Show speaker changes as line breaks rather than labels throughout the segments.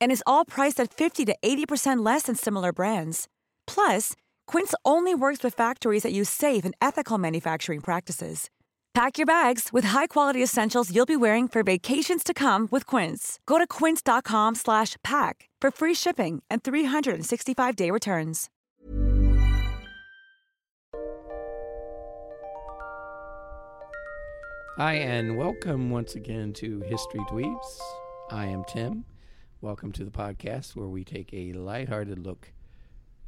And is all priced at 50 to 80% less than similar brands. Plus, Quince only works with factories that use safe and ethical manufacturing practices. Pack your bags with high-quality essentials you'll be wearing for vacations to come with Quince. Go to quince.com/pack for free shipping and 365-day returns.
Hi, and welcome once again to History Dweebs. I am Tim. Welcome to the podcast where we take a lighthearted look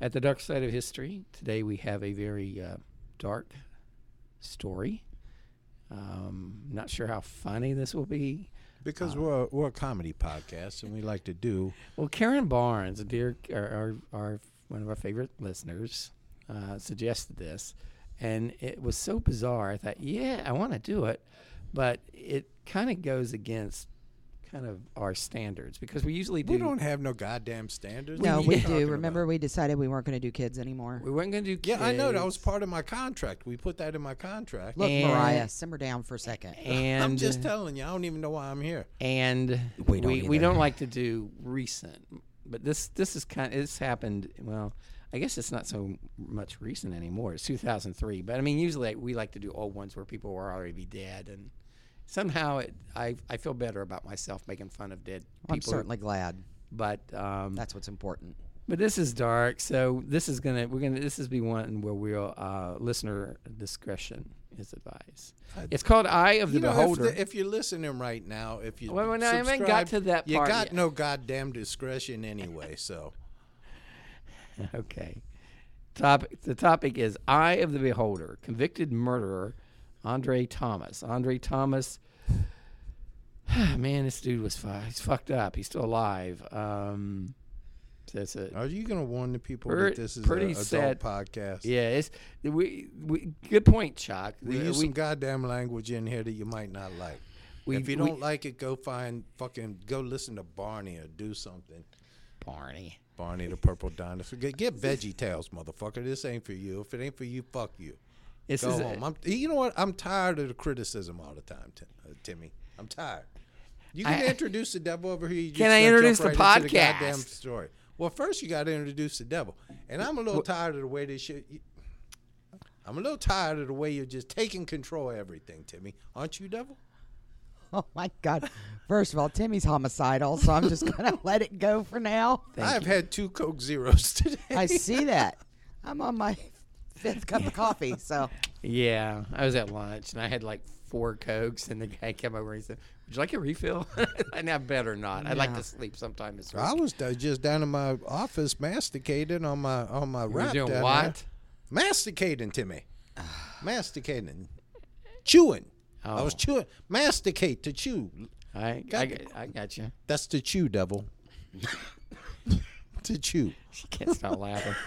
at the dark side of history. Today we have a very uh, dark story. Um, not sure how funny this will be.
Because we're, a, we're a comedy podcast and we like to do.
Well, Karen Barnes, dear, our, our, our one of our favorite listeners, uh, suggested this, and it was so bizarre. I thought, yeah, I want to do it, but it kind of goes against kind of our standards because we usually do.
We don't have no goddamn standards.
No,
What are
we
you talking
do. Remember,
about?
we decided we weren't going to do kids anymore.
we weren't going to do.
Yeah, I know that was
kids,
part of my contract. We put that in my contract.
Look,
And-
Mariah, simmer down for a second.
And uh,
I'm just telling you, I don't even know why I'm here.
and we
We don't
we,
either.
don't like to do recent, but this this is kind. It's happened. Well, I guess it's not so much recent anymore. It's 2003, but I mean, usually we like to do old ones where people were already dead, and somehow it, I I feel better about myself making fun of dead people.
I'm certainly glad.
but um,
That's what's important.
but this is dark, so this is gonna we're gonna this is be one where we'll uh, listener discretion is advised. It's called Eye of the
You know, if,
Beholder.
the- if you're listening right now, if you
Well, well, no, I haven't got
subscribe,
to that
You
part
got
yet.
no goddamn discretion anyway. So
Okay. Topic. The topic is Eye of the Beholder, convicted murderer, Andre Thomas. Andre Thomas. Man, this dude was fu- he's fucked up. He's still alive. Um, so it's a,
are you going to warn the people
Pretty-
that this is
pretty
an adult
sad-
podcast?
yeah, it's we, we good point, Chuck.
We
Uh,
use some goddamn language in here that you might not like.
We-
if you
we-
don't like it, go find fucking go listen to Barney or do something.
Barney.
Barney the Purple Dinosaur. Get, get Veggie Tales, motherfucker. This ain't for you. If it ain't for you, fuck you.
This
Go
is
home. I'm, you know what? I'm tired of the criticism all the time, Tim, uh, Timmy. I'm tired. You can
I-
introduce the devil over here. You just
Can I
gonna jump
introduce the
right into goddamn
podcast?
story. Well, first you got to introduce the devil, and I'm a little tired of the way this shit. You, I'm a little tired of the way you're just taking control of everything, Timmy. Aren't you, devil?
Oh my God! First of all, Timmy's homicidal, so I'm just going to let it go for now.
I've had two Coke Zeros today.
I see that. I'm on my fifth cup of coffee, so
yeah. I was at lunch and I had like four cokes, and the guy came over and he said, "Would you like a refill?" and I better not. I'd like to sleep sometime this week.
I was uh, just down in my office masticating on my on my
We're
rap.
doing
down
what?
there. Masticating, Timmy. masticating, chewing. I was
Oh.
chewing. Masticate to chew.
I, I,
Got-
I got you.
That's to chew, devil. to chew.
She can't stop laughing.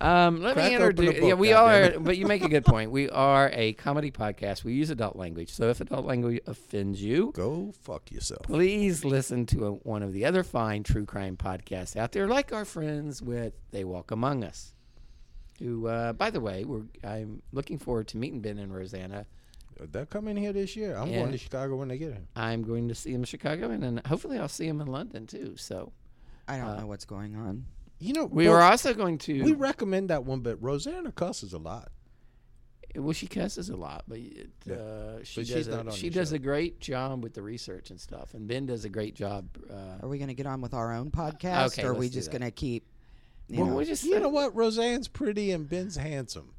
Um, let
Crack
me
open the
introduce.
book,
Yeah, we
goddammit.
are. But you make a good point. We are a comedy podcast. We use adult language. So if adult language offends you,
Go fuck yourself.
please listen to a, one of the other fine true crime podcasts out there, like our friends with They Walk Among Us. Who, uh, by the way, we're I'm looking forward to meeting Ben and Rosanna.
They're coming here this year. I'm
Yeah.
going to Chicago when they get here.
I'm going to see him in Chicago, and then hopefully I'll see him in London too. So
I don't
Uh,
know what's going on.
You know,
we
Ro-
are also going to.
we recommend that one, but Rosanna cusses a lot.
Well, she cusses a lot, but it, uh, she
But
does
she's not
a,
on
she
the
does
show.
a great job with the research and stuff, and Ben does a great job. Uh,
Are we going to get on with our own podcast,
Okay,
or are we
let's do
just
that.
going to keep? You
well,
know,
we just
You know what? Roseanne's pretty and Ben's handsome.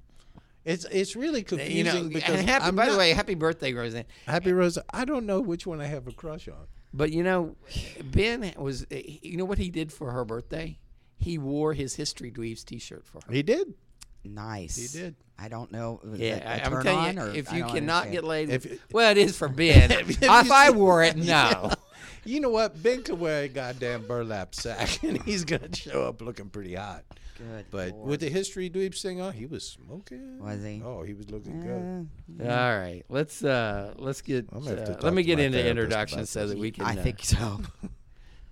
It's it's really confusing
You know,
because
and happy,
I'm
by the
not-
way, happy birthday, Roseanne.
Happy Rosa. I don't know which one I have a crush on.
But you know, Ben was. eh, You know what he did for her birthday? He wore his History Dweebs T-shirt for her.
He did.
Nice.
He did.
I don't know. was it a
Yeah, I, am
turn
telling you,
on or-
if
I
you
don't
cannot
understand.
get laid,
If-
well, it is for Ben. if
you
I
see-
wore it, no.
You know what? Ben could wear a goddamn burlap sack, and he's gonna show up looking pretty hot.
Good
But
Lord.
with the history dweebs thing on, he was smoking.
Was he?
Oh, he was looking
Uh,
good.
All right, let's uh, let's get
I'm gonna have to
uh,
talk
let me
to
get
my
into
therapist
introductions
about
so that we can
I
uh,
think so.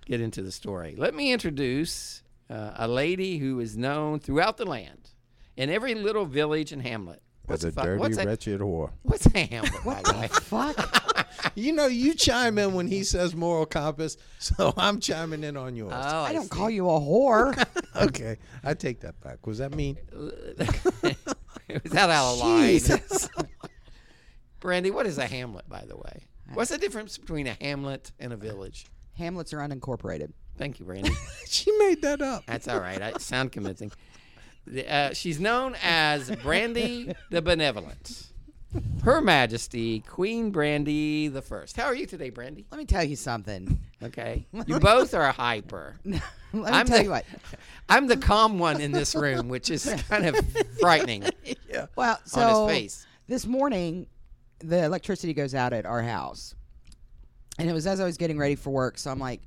get into the story. Let me introduce uh, a lady who is known throughout the land in every little village and hamlet.
As a
fu-
dirty,
what's a,
wretched whore.
What's a hamlet? by the way?
Fuck.
You know, you chime in when he says moral compass, so I'm chiming in on yours.
Oh,
I don't
see.
call you a whore.
okay, I take that back. Was that mean?
Is that out of line? Brandy, what is a hamlet, by the way? What's the difference between a hamlet and a village?
Hamlets are unincorporated.
Thank you, Brandy.
she made that up.
That's all right. I sound convincing. The, Uh, she's known as Brandy the Benevolent. Her Majesty Queen Brandy the First. How are you today, Brandy?
Let me tell you something.
Okay, you both are hyper.
Let me tell
the,
you what.
I'm the calm one in this room, which is kind of frightening.
Well, so
his face.
this morning, the electricity goes out at our house, and it was as I was getting ready for work. So I'm like,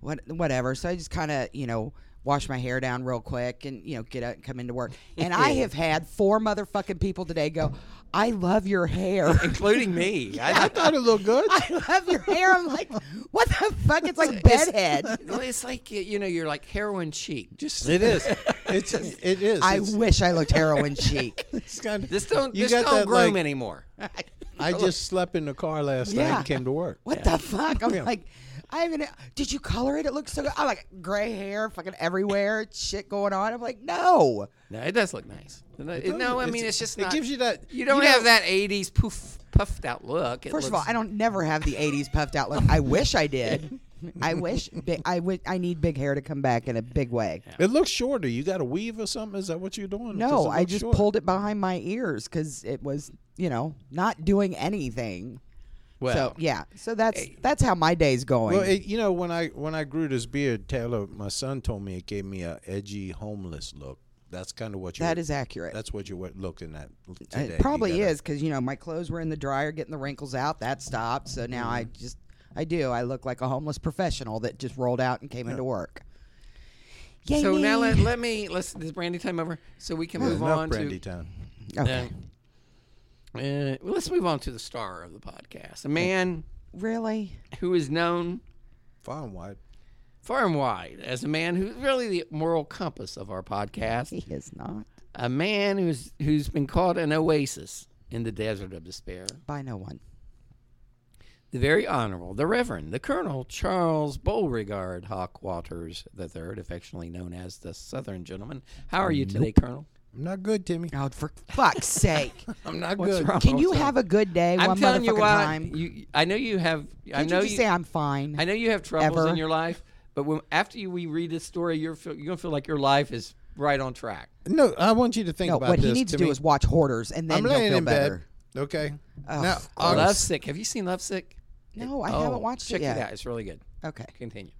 what, whatever. So I just kind of, you know, wash my hair down real quick, and you know, get up and come into work. And I have had four motherfucking people today go, "I love your hair."
including me. I,
I thought it looked good.
I love your hair. I'm like, what the fuck? It's like bedhead.
Well, it's like you know, you're like heroin chic. Just
It is. It's it is.
I
It's-
wish I looked heroin chic.
it's kinda-
this don't
You
this
got
don't
that,
groom
like,
anymore.
I just slept in the car last night
Yeah.
and came to work.
What the fuck? I'm like, I even did you color it? It looks so good. I like gray hair, fucking everywhere, shit going on. I'm like, no.
No, it does look nice. No, it-
does.
no I
It's-
mean it's just
it
not.
gives you that-
You don't
you
have
know-
that '80s poof puffed out look. It
First of all,
looks-
I don't never have the '80s puffed out look. I wish I did. I wish big, I would. I need big hair to come back in a big way.
It looks shorter. You got a weave or something? Is that what you're doing? Because
No,
it
I
looks
just
shorter.
pulled it behind my ears because it was, you know, not doing anything.
Well,
so yeah, so that's that's how my day's going.
Well, it, you know, when I when I grew this beard, Taylor, my son told me it gave me a edgy homeless look. That's kind of what you.
that is accurate.
That's what you were looking at today.
It
You
probably
gotta-
is because you know my clothes were in the dryer, getting the wrinkles out. That stopped, so now I
Mm-hmm.
just I do. I look like a homeless professional that just rolled out and came into work. Yay
So now
me.
let, let me let's is brandy time over so we can move
Enough
on
brandy
to
town.
okay.
Uh, uh, well, let's move on to the star of the podcast, a man
really
who is known
Far and wide.
far and wide as a man who's really the moral compass of our podcast.
he is not
a man who's who's been called an oasis in the desert of despair.
by no one.
The very honorable, the Reverend, the Colonel Charles Beauregard Hawk Waters III, affectionately known as the Southern Gentleman. How
Uh,
are you today, Colonel?
I'm not good, Timmy.
Oh, for fuck's sake!
I'm not
What's
good.
wrong?
Can you
What's
have
wrong?
a good day
I'm
one
telling
motherfucking
you what.
time?
You, I know you have. I
Can't
know
you just say I'm fine?
I know you have troubles
Ever.
in your life, but when, after you, we read this story, you're feel, you're gonna feel like your life is right on track.
No, I want you to think
no,
about
what
this.
he needs to do
Timmy.
is watch Hoarders, and then
I'm
he'll
laying
feel
in
better.
bed. Okay.
Oh,
now,
of
I'll-
Love sick. Have you seen Love sick?
No, I
Oh,
haven't watched
check
it yet.
out. It's really good.
Okay.
Continue.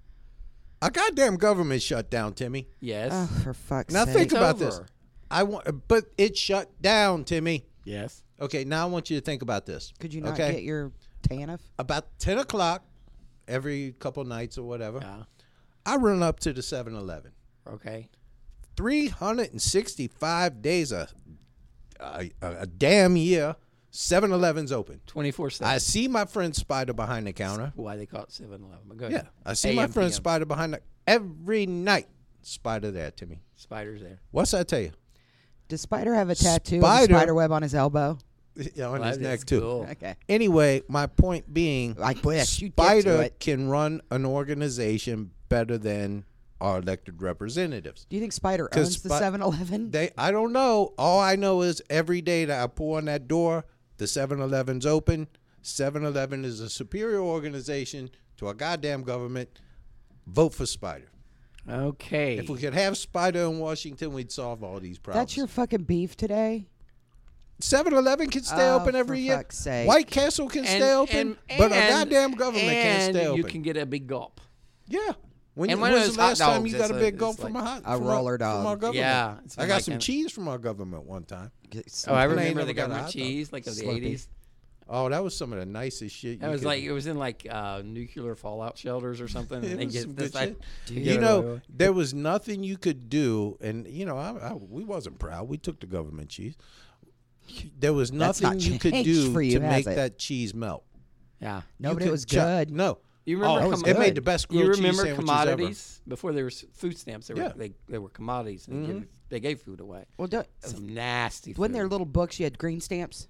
Our goddamn government shut down, Timmy.
Yes.
Oh, for fuck's
Now
sake!
think about this.
over.
I want, but it shut down, Timmy.
yes.
Okay, now I want you to think about this.
Could you not
okay?
get your TANF?
about ten o'clock every couple nights or whatever?
Yeah.
I run up to the 7-Eleven.
Okay.
Three hundred and sixty-five days a, a a a damn year. 7-Eleven's open.
24 7.
I see my friend Spider behind the counter.
Why they call it 7 Eleven. But go
Yeah,
ahead.
I see my
AM,
friend
PM.
Spider behind the every night. Spider there, Timmy.
Spider's there.
What's I tell you?
Does Spider have a tattoo of
Spider-
a spider web on his elbow?
Yeah, on
Well,
his
that's
neck too.
cool.
Okay.
Anyway, my point being,
I wish you'd get to
Spider
it.
can run an organization better than our elected representatives.
Do you think Spider
'Cause
owns the
Spi-
7-Eleven?
They, I don't know. All I know is every day that I pull on that door, the 7-Eleven's open. 7-Eleven is a superior organization to our goddamn government. Vote for Spider.
Okay.
If we could have Spider in Washington, we'd solve all these problems.
That's your fucking beef today.
7 Eleven can stay
Oh,
open every
for
year.
fuck's sake.
White Castle can stay open, but a
and-
goddamn government can't
and
stay open.
You can get a big gulp.
yeah. When,
And
you-
one of
when's
those
the
hot
last time
dogs,
you got a
it's
big
a-
gulp
it's
from a
like-
hot
A
from
roller
From
dog.
our government.
Yeah, it's
I
been
got
like
some
that.
cheese from our government one time.
Oh, I
Complain
remember the
never got a
government
hot dog.
cheese, like of the
Slurpee.
eighties.
Oh, that was some of the nicest shit.
That
you
was
could-
like it was in like uh, nuclear fallout shelters or something.
It
and they
was
get
some
this,
good
like,
shit.
get
you
it
know,
over.
there was nothing you could do, and you know, I, I, we wasn't proud. We took the government cheese. There was
That's not
nothing you could
changed
do
for you,
to
has
make
it?
that cheese melt.
yeah.
No,
You
but it
could
was
ju-
good.
no,
You remember?
that was
commo-
Oh, it
good.
made the best grilled
You
cheese
remember
sandwiches
commodities before there was food stamps? They were
Yeah. Mm-hmm.
they, they were commodities. And they, gave, they gave food away.
Well, don't,
Some nasty.
wasn't there
food.
little books you had green stamps?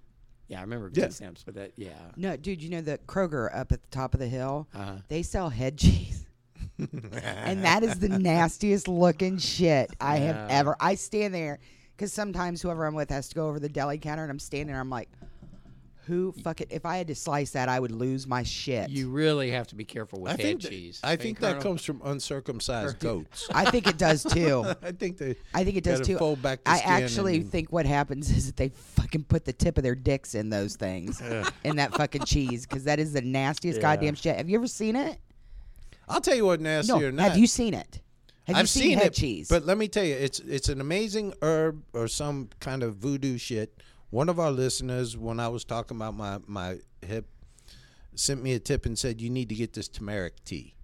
Yeah, I remember
Yeah.
food stamps, but that yeah.
No, dude, you know the Kroger up at the top of the hill?
Uh-huh.
They sell head cheese. and that is the nastiest looking shit I have ever. I stand there because sometimes whoever I'm with has to go over the deli counter and I'm standing there. I'm like, who fucking, if I had to slice that, I would lose my shit.
You really have to be careful with
Ever. I
head
think that,
cheese.
I think that
Colonel?
comes from uncircumcised goats.
I think it does too.
I think they.
I think it does
gotta
too.
Fold back the
I
skin
actually
and-
think what happens is that they fucking put the tip of their dicks in those things, in that fucking cheese, because that is the nastiest goddamn shit. Have you ever seen it?
I'll tell you what nastier
no.
than that.
Have you seen it? Have you
I've
seen,
seen
head
it,
cheese?
But let me tell you, it's it's an amazing herb or some kind of voodoo shit. One of our listeners, when I was talking about my my hip, sent me a tip and said you need to get this turmeric tea.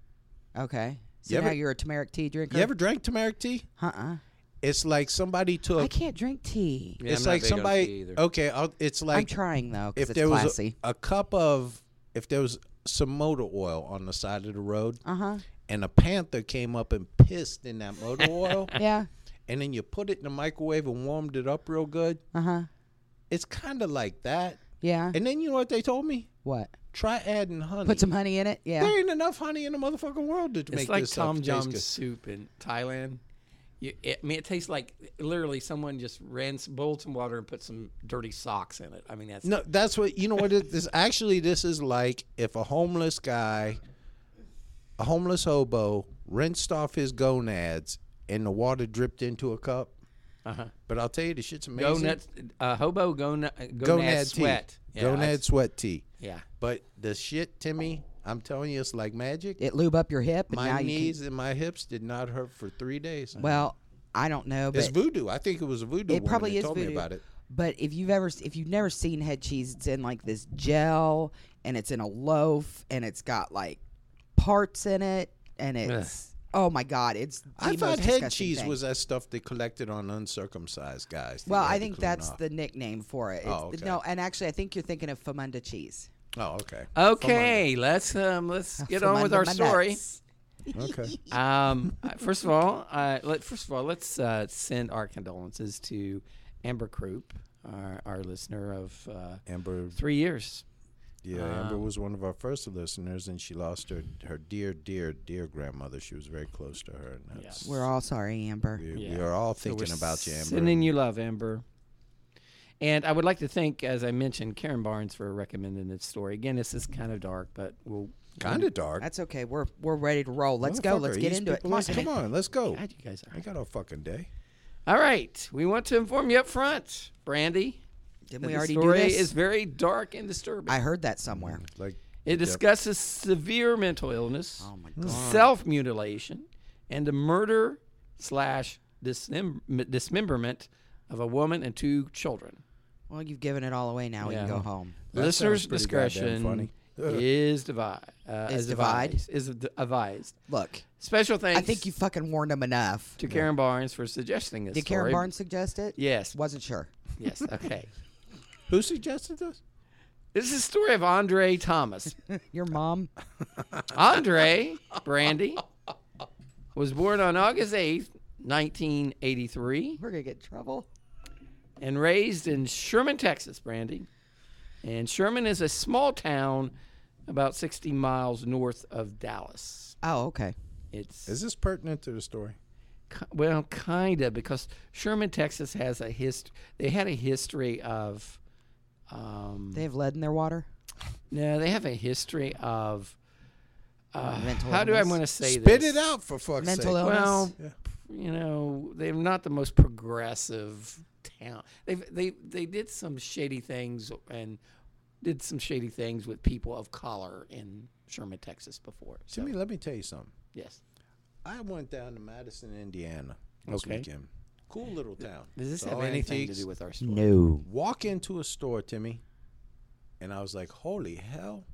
okay. So
You
now
ever-
you're a turmeric tea drinker.
You ever drank turmeric tea?
Uh-uh.
It's like somebody
I
took.
can't drink tea.
Yeah,
It's
I'm not
like
big on tea
somebody.
either.
Okay, I'll, it's like
I'm trying though,
if
because it's
there was
classy.
a, a cup of if there was some motor oil on the side of the road,
Uh huh.
and a panther came up and pissed in that motor oil,
Yeah.
and then you put it in the microwave and warmed it up real good.
Uh huh.
It's kind of like that.
Uh.
Yeah.
And then you know what they told me?
what?
Try adding honey.
Put some honey in it.
There
Yeah.
ain't enough honey in the motherfucking world to make
It's like
this
Tom
stuff taste
Yum soup in Thailand. You, it, I mean, it tastes like literally someone just ran some, boiled some water and put some dirty socks in it. I mean, that's
good. No, that's what you know. What it, this actually this is like if a homeless guy, a homeless hobo, rinsed off his gonads and the water dripped into a cup.
Uh-huh.
But I'll tell you, the shit's amazing.
go nuts, uh, hobo go, nu- uh, gonad,
Gonad tea.
sweat. Yeah,
Gonad
that's-
sweat tea.
Yeah.
But the shit, Timmy, I'm telling you, it's like magic.
It lube up your hip, and now
my
you can-
knees and my hips did not hurt for three days.
well, I don't know, but
It's voodoo. I think it was a voodoo.
it probably
woman
is
that told
voodoo.
me about it.
But if you've ever if you've never seen head cheese, it's in like this gel and it's in a loaf and it's got like parts in it and it's oh my god, it's the
I thought
most
head
disgusting
cheese
thing.
was that stuff they collected on uncircumcised guys. that
well,
you had
I
to
think
clean
that's
off.
the nickname for it. It's,
Oh, okay.
No, and actually, I think you're thinking of Famunda cheese.
Oh, okay.
Okay, let's um, let's get on with
Famunda
our
my
story.
nuts.
Okay.
Um, uh, first of all, uh, let first of all let's uh, send our condolences to Amber Croup, our, our listener of uh,
Amber,
three years.
yeah,
Uh,
Amber was one of our first listeners, and she lost her her dear, dear, dear grandmother. She was very close to her, and that's
We're all sorry, Amber.
we, we
Yeah.
are all
So we're
thinking about you, Amber.
Sending you love, Amber. And I would like to thank, as I mentioned, Karen Barnes for recommending this story. Again, this is kind of dark, but we'll.
kind of dark.
That's okay. We're we're ready to roll. Let's go. Let's
Motherfucker,
get
these
into it.
people
Come on,
is-
Timmy.
Come on, let's go.
God, you guys are.
I got all fucking day.
All right, we want to inform you up front, Brandy.
Didn't
that
we
the
already do
story
this?
is very dark and disturbing.
I heard that somewhere.
Like
it discusses severe mental illness,
Oh
Hmm.
my god.
self mutilation, and the murder slash dismem- dismemberment of a woman and two children.
Well, you've given it all away. Now we can
Yeah.
go home.
That
Listeners'
sounds pretty goddamn
discretion
funny.
is devi- uh,
Is
is
divide?
devised. Is ad- advised.
Look,
Special thanks
I think you fucking warned him enough.
to Karen Barnes for suggesting this.
Did Karen
story.
Barnes suggest it?
Yes.
Wasn't sure.
Yes. Okay.
who suggested this?
this is the story of Andre Thomas.
Your mom?
Andre Brandy was born on August 8th, 1983,
We're gonna get in trouble.
and raised in Sherman, Texas, Brandy. And Sherman is a small town about 60 miles north of Dallas.
Oh, okay.
It's
Is this pertinent to the story?
Ki- Well, kind of, because Sherman, Texas has a history. They had a history of. Um,
They have lead in their water.
no, they have a history of. Uh,
Mental
how do I
illness.
want to say this?
Spit it out for fuck's
Mental
sake.
illness.
Well, you know, they're not the most progressive town. They they they did some shady things and did some shady things with people of color in Sherman, Texas before. So,
Jimmy, let me tell you something.
yes.
I went down to Madison, Indiana this
Okay.
weekend. Cool little town.
Does this
It's
have
all
anything
antiques.
to do with our story?
No.
Walk into a store, Timmy, and I was like, holy hell.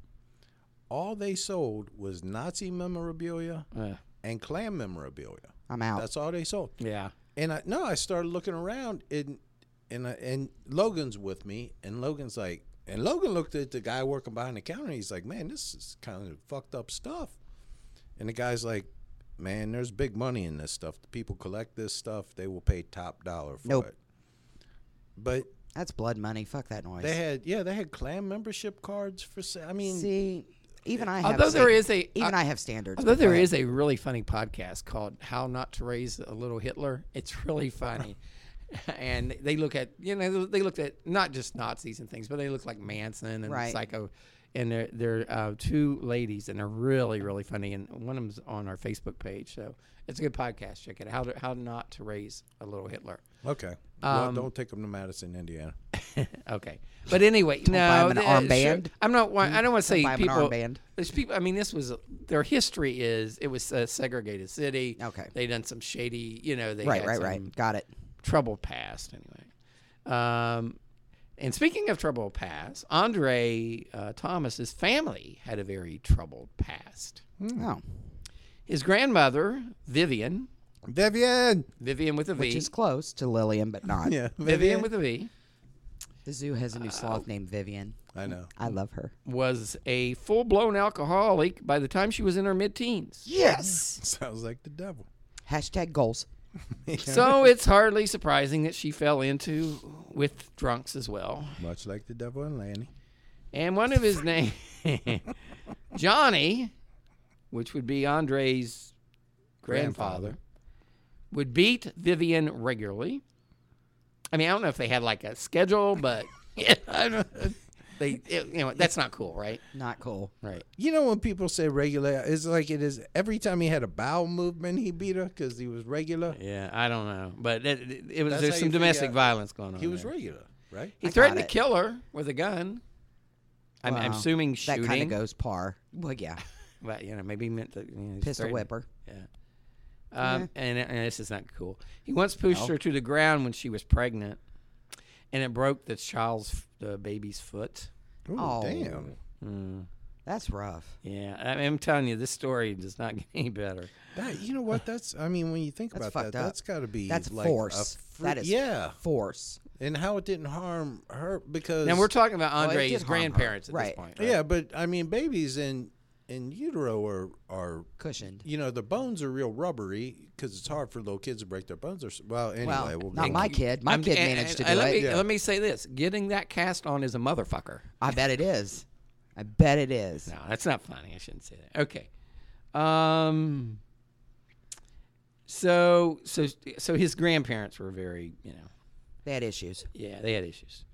All they sold was Nazi memorabilia
Uh,
and clan memorabilia.
I'm out.
That's all they sold.
yeah.
And I no, I started looking around and and I, and Logan's with me, and Logan's like, and Logan looked at the guy working behind the counter. And he's like, man, this is kind of fucked up stuff. And the guy's like, man, there's big money in this stuff. The people collect this stuff; they will pay top dollar for
Nope.
it. But
That's blood money. Fuck that noise.
they had, yeah, they had clan membership cards for sale. I mean,
See, even I have.
Although there
sta-
is a uh,
even I, have standards.
Although
but go
there
ahead.
is a really funny podcast called "How Not to Raise a Little Hitler," it's really funny, and they look at you know they looked at not just Nazis and things, but they look like Manson and
Right.
Psycho, and they're they're uh, two ladies and they're really really funny, and one of them's on our Facebook page, so it's a good podcast. Check it out. How to, How Not to Raise a Little Hitler.
okay, well, don't take them to Madison, Indiana.
Okay, but anyway, no,
buy 'em an
th- uh,
armband.
I'm not. wa- I don't want to say
buy 'em an
people.
armband.
There's people. I mean, this was uh, their history is it was a segregated city.
Okay.
they done some shady. You know, they
Right,
had
right,
some
right. Got it.
Trouble past anyway. Um, and speaking of trouble past, Andre uh, Thomas's family had a very troubled past.
Oh,
His grandmother Vivian,
Vivian,
Vivian with a V,
which is close to Lillian, but not.
yeah,
Vivian with a V,
The zoo has a new sloth named Vivian.
I know.
I love her.
was a full blown alcoholic by the time she was in her mid teens.
Yes.
Sounds like the devil.
Hashtag goals.
So it's hardly surprising that she fell into with drunks as well.
Much like the devil and Lanny.
And one of his name, Johnny, which would be Andre's grandfather, would beat Vivian regularly. I mean, I don't know if they had like a schedule, but I don't- they, it- you know, that's not cool, right?
Not cool.
Right.
You know when people say regular, it's like it is every time he had a bowel movement, he beat her because he was regular.
Yeah, I don't know, but it, it, it was
That's
there's
how
some
you figure
domestic
out
violence going on.
He was
there.
regular, right?
He
I
threatened
got
to
it.
kill her with a gun. I'm, I'm
Wow.
assuming shooting.
That kind of goes par. Well, yeah.
But you know, maybe he meant to you know, he's
Pistol
threatening-
whipper.
Yeah. Um, and, and this is not cool. He once pushed her to the ground when she was pregnant, and it broke the child's the baby's foot.
Ooh,
Oh.
damn.
That's rough.
Yeah, I am telling you, this story does not get any better.
That you know what? That's I mean when you think
That's
about
fucked
that,
up.
that's got to be
That's
like a
force.
fr-
that is
yeah,
force.
and how it didn't harm her because
Now we're talking about
Well, it
Andre's
did harm her.
grandparents at this
Right.
point.
yeah, but I mean babies in in utero are are
Cushioned.
you know the bones are real rubbery because it's hard for little kids to break their bones. Or s- well, anyway,
Well,
we'll
not
move
my
on.
kid. My
I'm-
kid
and-
managed to
and
do
let
it.
Me, Let me say this: getting that cast on is a motherfucker.
I bet it is. I bet it is.
No, that's not funny. I shouldn't say that. Okay. Um. So so so his grandparents were very you know
They had issues.
yeah they had issues.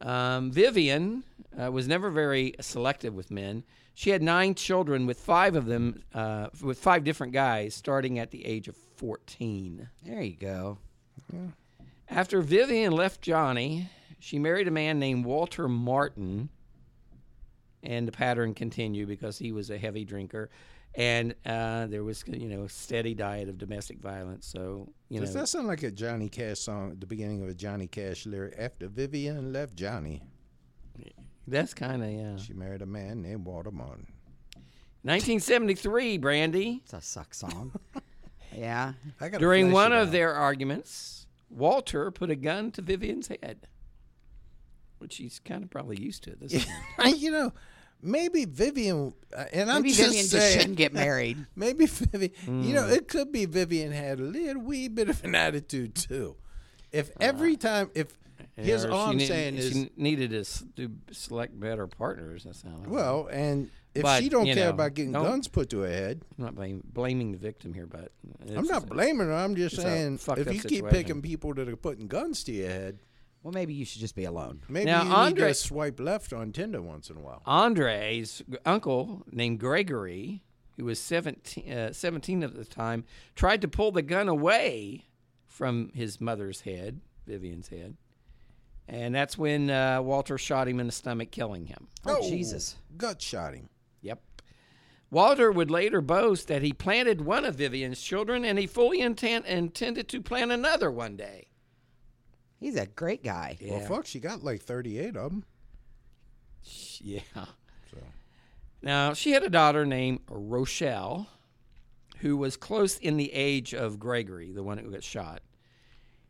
Um, Vivian uh, was never very selective with men. She had nine children with five of them uh, with five different guys starting at the age of fourteen.
There you go.
After Vivian left Johnny, she married a man named Walter Martin, and the pattern continued because he was a heavy drinker, and uh, there was you know a steady diet of domestic violence. So you
Does
know,
that sound like a Johnny Cash song at the beginning of a Johnny Cash lyric? After Vivian left Johnny,
that's kind of yeah.
she married a man named Walter Martin.
1973, Brandy.
It's a suck song. yeah.
I gotta
During
flesh
one
it
of
out.
their arguments, Walter put a gun to Vivian's head, which she's kind of probably used to at this point.
you know, maybe Vivian, uh, and I'm
Maybe
just
Vivian
saying,
just shouldn't get married.
maybe Vivian, you know, Hmm. it could be Vivian had a little wee bit of an attitude too. If every time, if here's
Or
all
she
I'm
need-
saying is,
she needed to s- to select better partners. That's how.
well, and if
But,
she don't
you
care
know,
about getting
don't-
guns put to her head,
I'm not blame, blaming the victim here, but
I'm
it's-
not blaming her. I'm just
it's a
saying,
fucked
if
up
you keep
situation.
picking people that are putting guns to your head,
Well, maybe you should just be alone.
maybe
Now,
you need
Andre-
to swipe left on Tinder once in a while.
Andre's g- uncle named Gregory, who was 17, uh, 17 at the time, tried to pull the gun away from his mother's head, Vivian's head, And that's when uh, Walter shot him in the stomach, killing him.
Oh, Jesus.
Gut shot him.
Yep. Walter would later boast that he planted one of Vivian's children and he fully intent, intended to plant another one day.
He's a great guy.
Well, fuck, she got like 38 of them.
Yeah. Now, she had a daughter named Rochelle who was close in the age of Gregory, the one who got shot.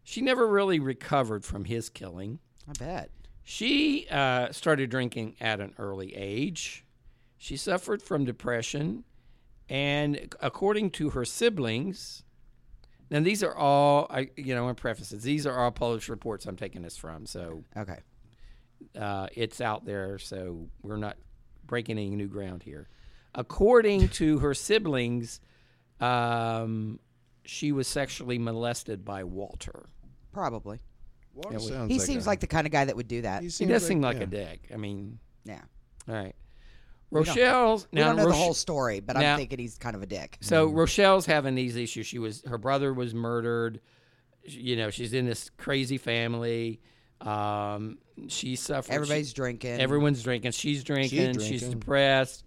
She never really recovered from his killing.
I bet.
She uh, started drinking at an early age. She suffered from depression. And according to her siblings, now these are all, I, you know, in prefaces, these are all published reports I'm taking this from. So
Okay.
uh, it's out there, so we're not breaking any new ground here. According to her siblings, um, she was sexually molested by Walter.
Probably.
Walter sounds
He
like
seems
a-
like the kind of guy that would do that.
he
He
seems
does seem like
yeah.
a dick. I mean,
Yeah.
all right. Rochelle's
We don't know the
Roche-
whole story, but
now-
I'm thinking he's kind of a dick.
So Rochelle's having these issues. She was her brother was murdered. She- You know, she's in this crazy family. Um, she suffers. she-
Everybody's drinking.
Everyone's drinking. She's drinking. She's,
drinking.
depressed.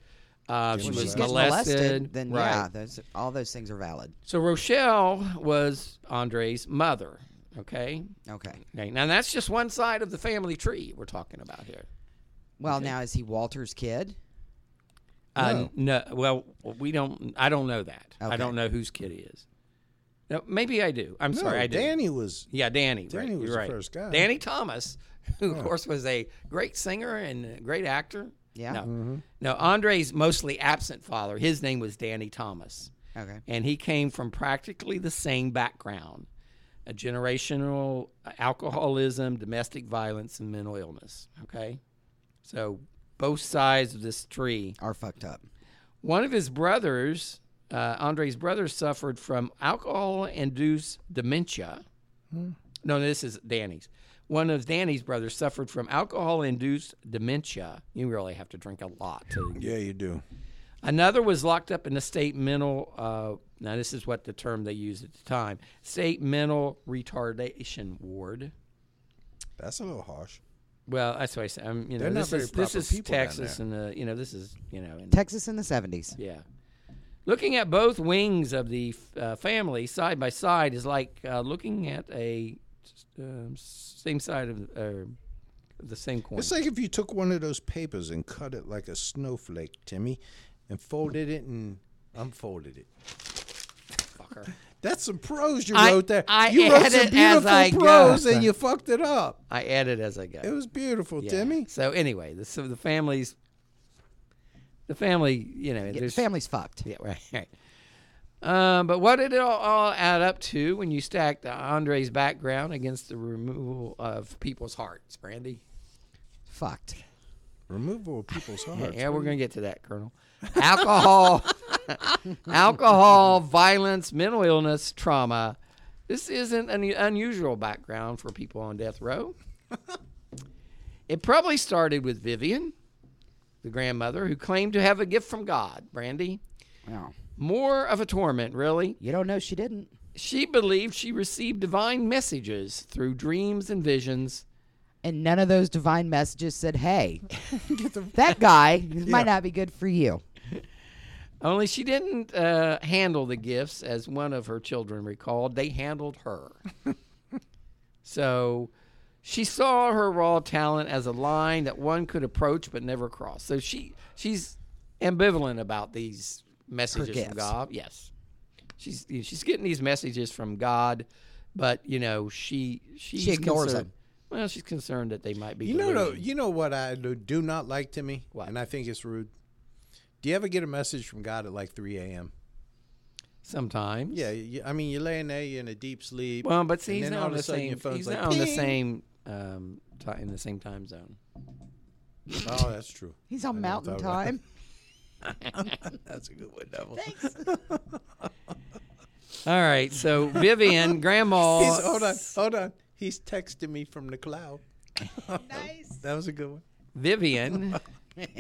Uh, she
When
was
Well,
she's getting
molested.
molested, then
right.
yeah, those, all those things are valid.
So Rochelle was Andre's mother. Okay.
Okay.
okay. Now that's just one side of the family tree we're talking about here.
Well, now is he Walter's kid?
Uh, no. Well, we don't. I don't know that. I
Okay.
don't know whose kid he is. No, maybe I do. I'm
No,
sorry. I do.
Danny was.
Yeah, Danny.
Danny
right,
was
you're
the
right.
first guy.
Danny Thomas, who of course was a great singer and a great actor.
Yeah.
No,
Mm-hmm.
no. Andre's mostly absent father. His name was Danny Thomas,
Okay.
and he came from practically the same background: a generational uh, alcoholism, domestic violence, and mental illness. Okay, so both sides of this tree.
Are fucked up.
Mm. One of his brothers, uh, Andre's brother, suffered from alcohol induced dementia. No, this is Danny's. One of Danny's brothers suffered from alcohol induced dementia. You really have to drink a lot. To...
Yeah, you do.
Another was locked up in a state mental, uh, now, this is what the term they used at the time state mental retardation ward.
That's a little harsh.
Well, that's what I said. I'm, you know,
They're not
this
very
is, this
proper
is
people down
Texas,
there.
and uh, you know, this is you know, in
Texas in the 70s.
Yeah. Looking at both wings of the uh, family side by side is like uh, looking at a um, same side of uh, the same coin.
It's like if you took one of those papers and cut it like a snowflake, Timmy, and folded it and unfolded it.
Fucker.
That's some prose you
I-
wrote there.
I
you wrote
add
some
it as
beautiful
I go.
prose and you fucked it up.
I added as I go.
It was beautiful,
Yeah.
Timmy.
So anyway, the, so the family's the family. You know,
Yeah,
there's
family's fucked.
Yeah, right, right. Um, but what did it all, all add up to when you stacked Andre's background against the removal of people's hearts, Brandy?
Fucked.
Removal of people's hearts.
Yeah, we're going to get to that, Colonel. Alcohol, alcohol, violence, mental illness, trauma. This isn't an unusual background for people on death row. it probably started with Vivian, the grandmother, who claimed to have a gift from God, Brandy.
Wow.
More of a torment, really.
You don't know she didn't.
She believed she received divine messages through dreams and visions.
And none of those divine messages said, hey, that guy might not be good for you.
Only she didn't uh, handle the gifts, as one of her children recalled. They handled her. so she saw her raw talent as a line that one could approach but never cross. So she she's ambivalent about these messages
gifts.
from God. Yes, she's she's getting these messages from God, but you know she she's
ignores
concerned-
them.
Well, she's concerned that they might be.
You know, though,
delusional.
you know what I do do not like, Timmy?
What?
And I think it's rude. Do you ever get a message from God at like 3 a.m.?
sometimes.
Yeah, you, I mean, you're laying there, you're in a deep sleep.
Well, but see,
and
he's
then
not
all
on
of a
the
sudden
same.
Your phone's
He's
like,
not on the
"Ping."
same um, ti- in the same time zone.
Oh, that's true.
He's on
know, it's
mountain
all right.
time.
That's a good one, Neville.
All right, so Vivian, Grandma,
He's, hold on, hold on. He's texting me from the cloud. nice. That was a good one.
Vivian,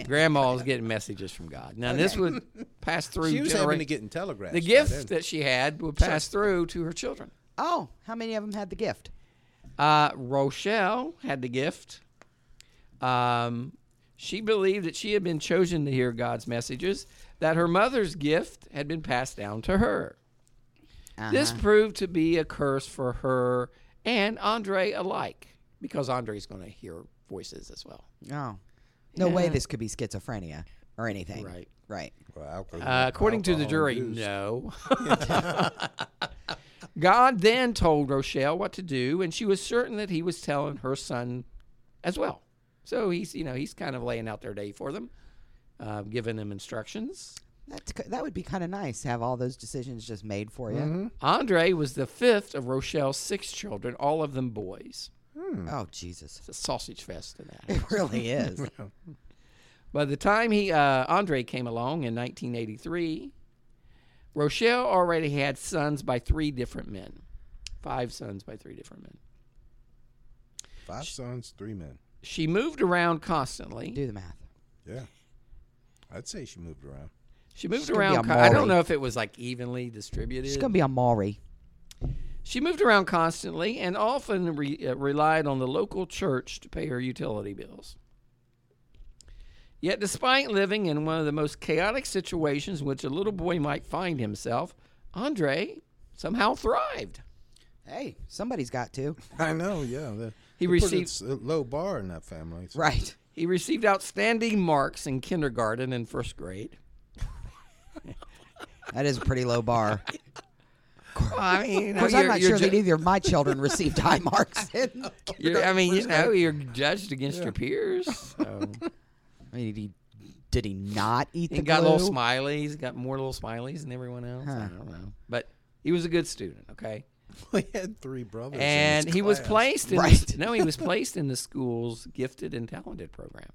Grandma's getting messages from God. Now this would pass through.
She was
genera-
having to get in telegrams.
the
by
gift
then.
that she had would pass through to her children.
Oh, how many of them had the gift?
Uh, Rochelle had the gift. Um, she believed that she had been chosen to hear God's messages, that her mother's gift had been passed down to her. This proved to be a curse for her and Andre alike, because Andre's going to hear voices as well.
Oh. No way this could be schizophrenia or anything.
Right.
Right.
Well, alcohol-
Uh, according to the
alcohol
jury,
abuse.
no. God then told Rochelle what to do, and she was certain that he was telling her son as well. So he's, you know, he's kind of laying out their day for them, uh, giving them instructions.
That's, ki- that would be kind of nice to have all those decisions just made for you.
Andre was the fifth of Rochelle's six children, all of them boys. Mm-hmm.
Oh, Jesus.
It's a sausage fest in that.
It really is.
By the time he uh, Andre came along in 1983, Rochelle already had sons by three different men, five sons by three different men.
Five sons, three men.
She moved around constantly.
Do the math.
Yeah. I'd say she moved around.
she moved
she's gonna be
around.
a
Con- I don't
Maori.
know if it was like evenly distributed.
She's going to be a Maori.
she moved around constantly and often re- uh, relied on the local church to pay her utility bills. Yet, despite living in one of the most chaotic situations in which a little boy might find himself, Andre somehow thrived.
Hey, somebody's got to.
I know, yeah. the-
He
they put a
received-
s- a low bar in that family. so-
Right.
He received outstanding marks in kindergarten and first grade.
That is a pretty low bar.
I mean,
Of course, I'm not sure that either of my children received high marks. in-
You're, I mean, you know, you're judged against your peers. So.
I mean, did he, did he not eat the
he got little
glue?
smileys, got more little smileys than everyone else. I don't know, but he was a good student. Okay,
We had three brothers. in this
and he was
class.
placed in
Right.
no, he was placed in the school's gifted and talented program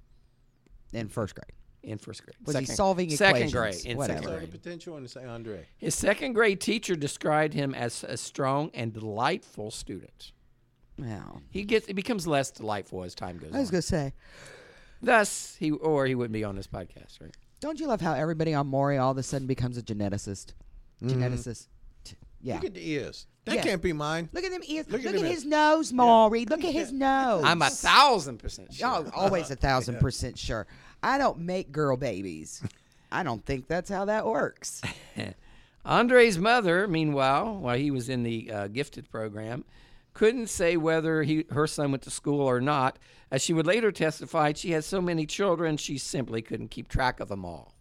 in first grade.
in first grade.
Was he solving
second
equations?
grade? In
Whatever.
second
So the
grade,
potential in St. Andre.
his second grade teacher described him as a strong and delightful student.
Wow.
He gets it becomes less delightful as time goes
I was
on.
going to say,
Thus, he or he wouldn't be on this podcast, right?
don't you love how everybody on Maury all of a sudden becomes a geneticist?
Mm-hmm.
Geneticist. T- Yeah.
Look at the ears. That
Yeah.
can't be mine.
Look at them ears.
Look
Look,
at
at
them
his nose, Maury. Look at his nose.
I'm a thousand percent sure.
Oh, always a thousand percent sure. I don't make girl babies. I don't think that's how that works.
Andre's mother, meanwhile, while he was in the uh, gifted program, couldn't say whether he, her son went to school or not, as she would later testify she had so many children she simply couldn't keep track of them all.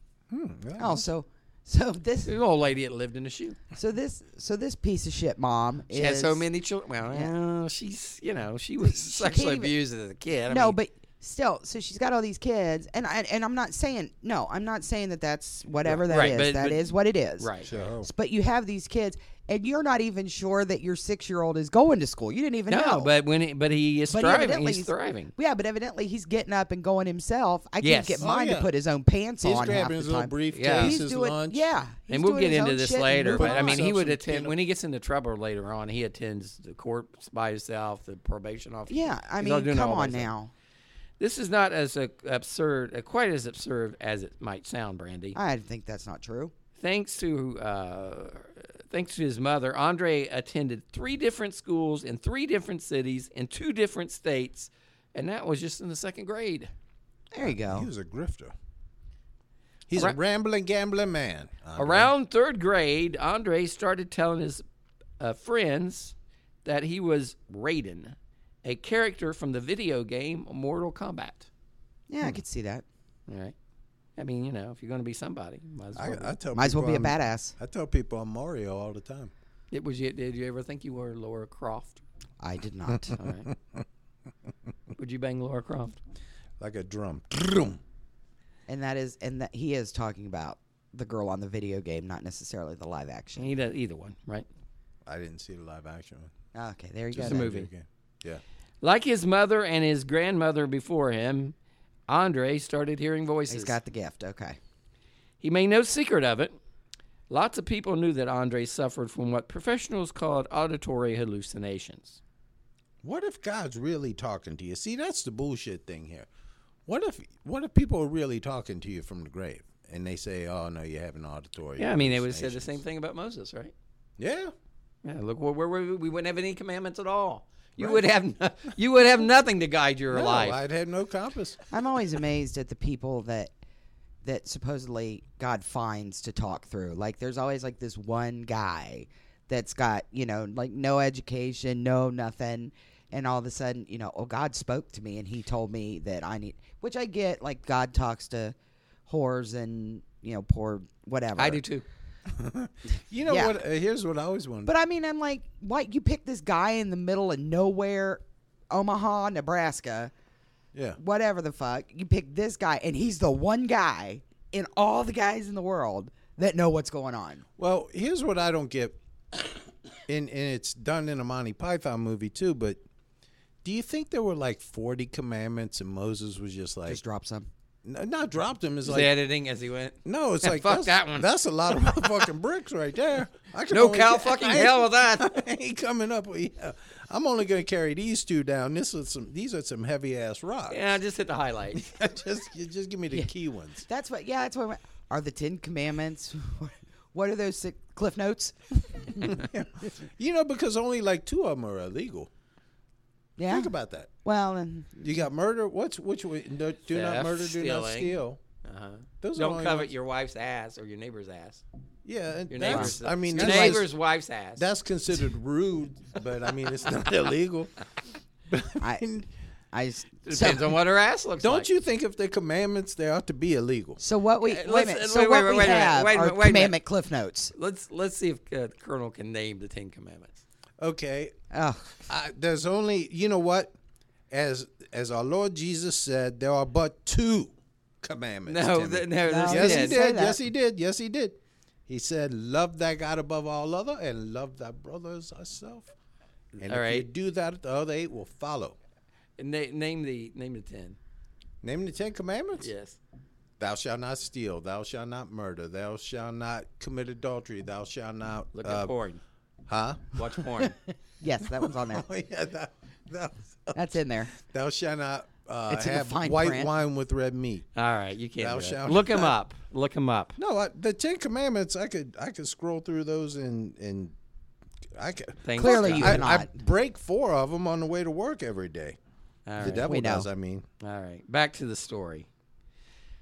Oh, so so this
There's an old lady that lived in a shoe.
so this so this piece of shit mom
She
is
had so many children. Well, uh, she's, you know, she was sexually
can't even-
abused as a kid. I
no,
mean,
but still, so she's got all these kids, and I and I'm not saying no, I'm not saying that that's whatever that is. That
Right,
is
but- but-
what it is.
Right.
So,
But you have these kids, and you're not even sure that your six year old is going to school. You didn't even
No,
know.
but when it, but he is
But
thriving.
evidently
He's thriving.
Yeah, but evidently he's getting up and going himself. I
Yes.
can't get
Oh,
mine
yeah.
to put his own pants
he's
on half
grabbing
the
his little
time.
briefcase,
Yeah.
He's
his
doing
lunch.
yeah, he's
and we'll
doing
get
his
into
own
this
shit and
later,
moving
but I
on.
mean, he
Some
would
peanut-
attend when he gets into trouble later on. He attends the court by himself, the probation officer.
yeah, I
He's all
mean,
doing
come
all
on
that stuff.
now.
This is not as uh, absurd, uh, quite as absurd as it might sound, Brandy.
I think that's not true.
Thanks to uh, thanks to his mother, Andre attended three different schools in three different cities in two different states, and that was just in the second grade.
There you
He
go.
was a grifter. He's a
Around-
rambling, gambling man. Andre.
Around third grade, Andre started telling his uh, friends that he was Raiden, a character from the video game Mortal Kombat.
Yeah, I could see that.
All right. I mean, you know, if you're going to be somebody, might as well be.
I, I tell
Might as well
people
be a
I'm-
badass.
I tell people I'm Mario all the time.
Did, was you, did you ever think you were Laura Croft?
I did not.
All right. Would you bang Laura Croft?
Like a drum. Drum.
and that is, and that he is talking about the girl on the video game, not necessarily the live action.
Either, either one, right?
I didn't see the live action one.
Okay, there you
Just
go.
the
then.
movie.
video game. Yeah.
Like his mother and his grandmother before him, Andre started hearing voices.
He's got the gift. Okay.
he made no secret of it. Lots of people knew that Andre suffered from what professionals called auditory hallucinations.
What if God's really talking to you? See, that's the bullshit thing here. What if what if people are really talking to you from the grave and they say, "Oh no, you have an auditory."
Yeah, I mean, they would have said the
hallucination."
same thing about Moses, right?
Yeah,
Yeah, look, where, where, where we wouldn't have any commandments at all. You would have no, you would have nothing to guide your
No,
life.
I'd had no compass.
I'm always amazed at the people that that supposedly God finds to talk through. Like there's always like this one guy that's got, you know, like no education, no nothing. And all of a sudden, you know, oh God spoke to me and he told me that I need which I get, like God talks to whores and, you know, poor whatever.
I do too.
You know
Yeah.
what? Uh, here's what I always wanted.
But I mean I'm like, what you pick this guy in the middle of nowhere, Omaha, Nebraska,
yeah.
whatever the fuck, you pick this guy, and he's the one guy in all the guys in the world that know what's going on.
Well, here's what I don't get, and and it's done in a Monty Python movie too. But do you think there were like 40 commandments, and Moses was just like,
Just drop some.
n- not dropped them? Is
Was
like
editing as he went.
No, it's like
Fuck
that's,
that one.
That's a lot of motherfucking bricks right there. I can
No
only
cow
ca-
fucking
I
hell with
ain't-
that.
I ain't coming up. With, yeah. I'm only gonna carry these two down. This is some. These are some heavy ass rocks.
Yeah, just hit the highlight.
just you just give me the key ones.
That's what. Yeah, that's what. I'm- Are the Ten Commandments? What are those six, Cliff Notes?
You know, because only like two of them are illegal.
Yeah.
Think about that.
Well, and
You got murder. What's which? one- No, do not
Theft,
murder. Do not
stealing.
steal.
Uh-huh.
Those are the
Don't
only
covet
ones-
your wife's ass or your neighbor's ass.
Yeah, and
Your neighbor's.
that's- I mean,
your
that's, like-
neighbor's wife's ass.
that's considered rude, but I mean, it's not illegal.
I, I s-
depends
so,
on what her ass looks
Don't
like.
you think if they're commandments, they ought to be illegal?
so what we
Uh,
wait a
let's-
minute.
uh,
So
wait,
what
wait,
we
wait a minute,
have
wait a
are
minute, wait a minute.
commandment Cliff Notes.
Let's let's see if uh, Colonel can name the Ten Commandments.
Okay,
Oh,
I, there's only you know what as as our lord jesus said there are but two commandments
No,
Timmy.
th- no,
No.
there's
yes he
Oh, didn't
did
say that.
yes he did yes he did he said love thy god above all other and love thy brothers thyself and if
All
you
right.
do that the other eight will follow
Na- name the name the ten.
name the ten commandments
Yes.
thou shalt not steal thou shalt not murder thou shalt not commit adultery thou shalt not
Look
uh,
at porn.
huh
Watch porn.
yes, that one's on there.
oh yeah thou, thou,
That's in there.
thou shalt not uh,
It's in the
have
fine
white
print.
wine with red meat
All right, you can't.
Thou
do that.
shalt
Look him up. Look him up.
No, I, the Ten Commandments. I could I could scroll through those and and I could.
Thank
Clearly
God.
you
I,
have
I
not.
break four of them on the way to work every day.
All
The
right.
devil
We know.
does. I mean,
All right, back to the story.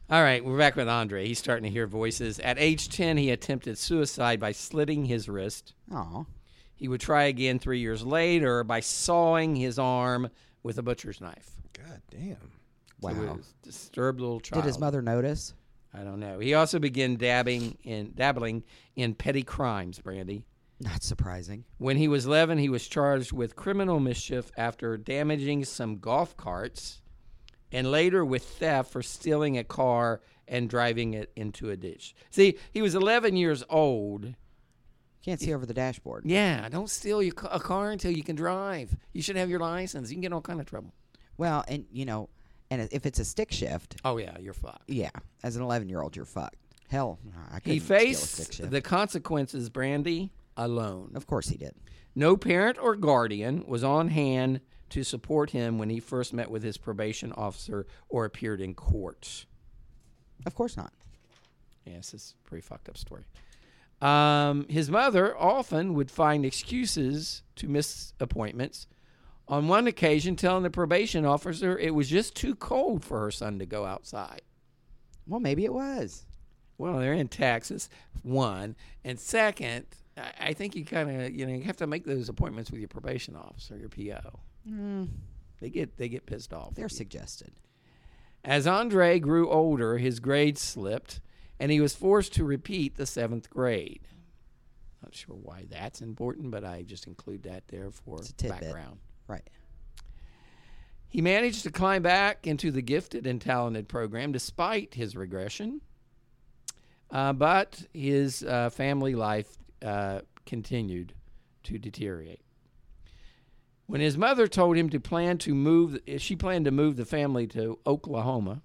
All right, we're back with Andre. He's starting to hear voices. At age 10, he attempted suicide by slitting his wrist.
Oh,
He would try again three years later by sawing his arm with a butcher's knife.
God damn.
Wow. So he was a disturbed little child.
did his mother notice?
I don't know. He also began dabbing in dabbling in petty crimes, Brandy.
Not surprising.
When he was 11, he was charged with criminal mischief after damaging some golf carts and later with theft for stealing a car and driving it into a ditch. See, he was 11 years old.
Can't see over the dashboard.
Yeah, don't steal your, ca- a car until you can drive. You should have your license. You can get in all kind of trouble.
Well, and you know, and if it's a stick shift,
Oh, yeah, you're fucked.
Yeah, as an 11 year old, you're fucked. Hell, I couldn't
He
steal a stick
faced
shift.
the consequences, Brandy, alone.
Of course he did.
No parent or guardian was on hand to support him when he first met with his probation officer or appeared in court.
Of course not.
Yes, it's a pretty fucked up story. Um, his mother often would find excuses to miss appointments. On one occasion, telling the probation officer it was just too cold for her son to go outside.
Well, maybe it was.
Well, they're in Texas, one, and second, I I think you kind of you know you have to make those appointments with your probation officer, your PO. They get they get pissed off.
Mm. They're
with you.
suggested.
As Andre grew older, his grades slipped, and he was forced to repeat the seventh grade. Not sure why that's important, but I just include that there for
a tidbit.
background.
Right.
He managed to climb back into the gifted and talented program despite his regression, uh, but his uh, family life uh, continued to deteriorate. When his mother told him to plan to move, she planned to move the family to Oklahoma.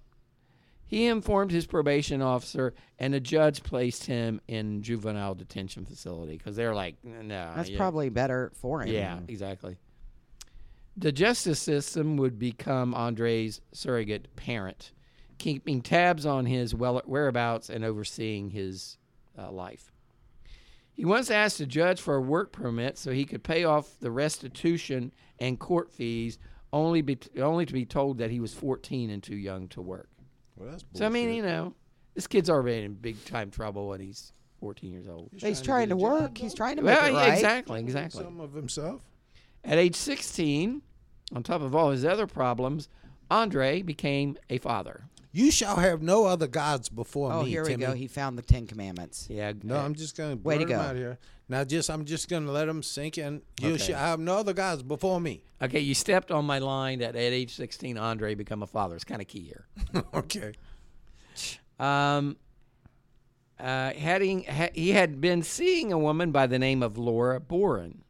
He informed his probation officer, and a judge placed him in juvenile detention facility because they're like, no,
That's
you-
probably better for him.
Uh, yeah, exactly. The justice system would become Andre's surrogate parent, keeping tabs on his well- whereabouts and overseeing his uh, life. He once asked a judge for a work permit so he could pay off the restitution and court fees, only be, only to be told that he was 14 and too young to work.
Well, that's
So I mean,
bullshit.
you know, this kid's already in big time trouble, and he's 14 years old.
He's trying to work. He's trying to make
Well,
it
yeah,
right.
exactly, exactly.
some of himself.
At age 16, on top of all his other problems, Andre became a father.
You shall have no other gods before
Oh,
me.
here we
Timmy.
go. He found the Ten Commandments.
Yeah.
No, I'm just gonna blurt
Way to
him
go.
out here. Now, just I'm just gonna let him sink in. You
Okay.
shall have no other gods before me.
Okay, you stepped on my line that at age 16, Andre become a father. It's kind of key here.
okay.
Um, uh, having, ha- he had been seeing a woman by the name of Laura Boren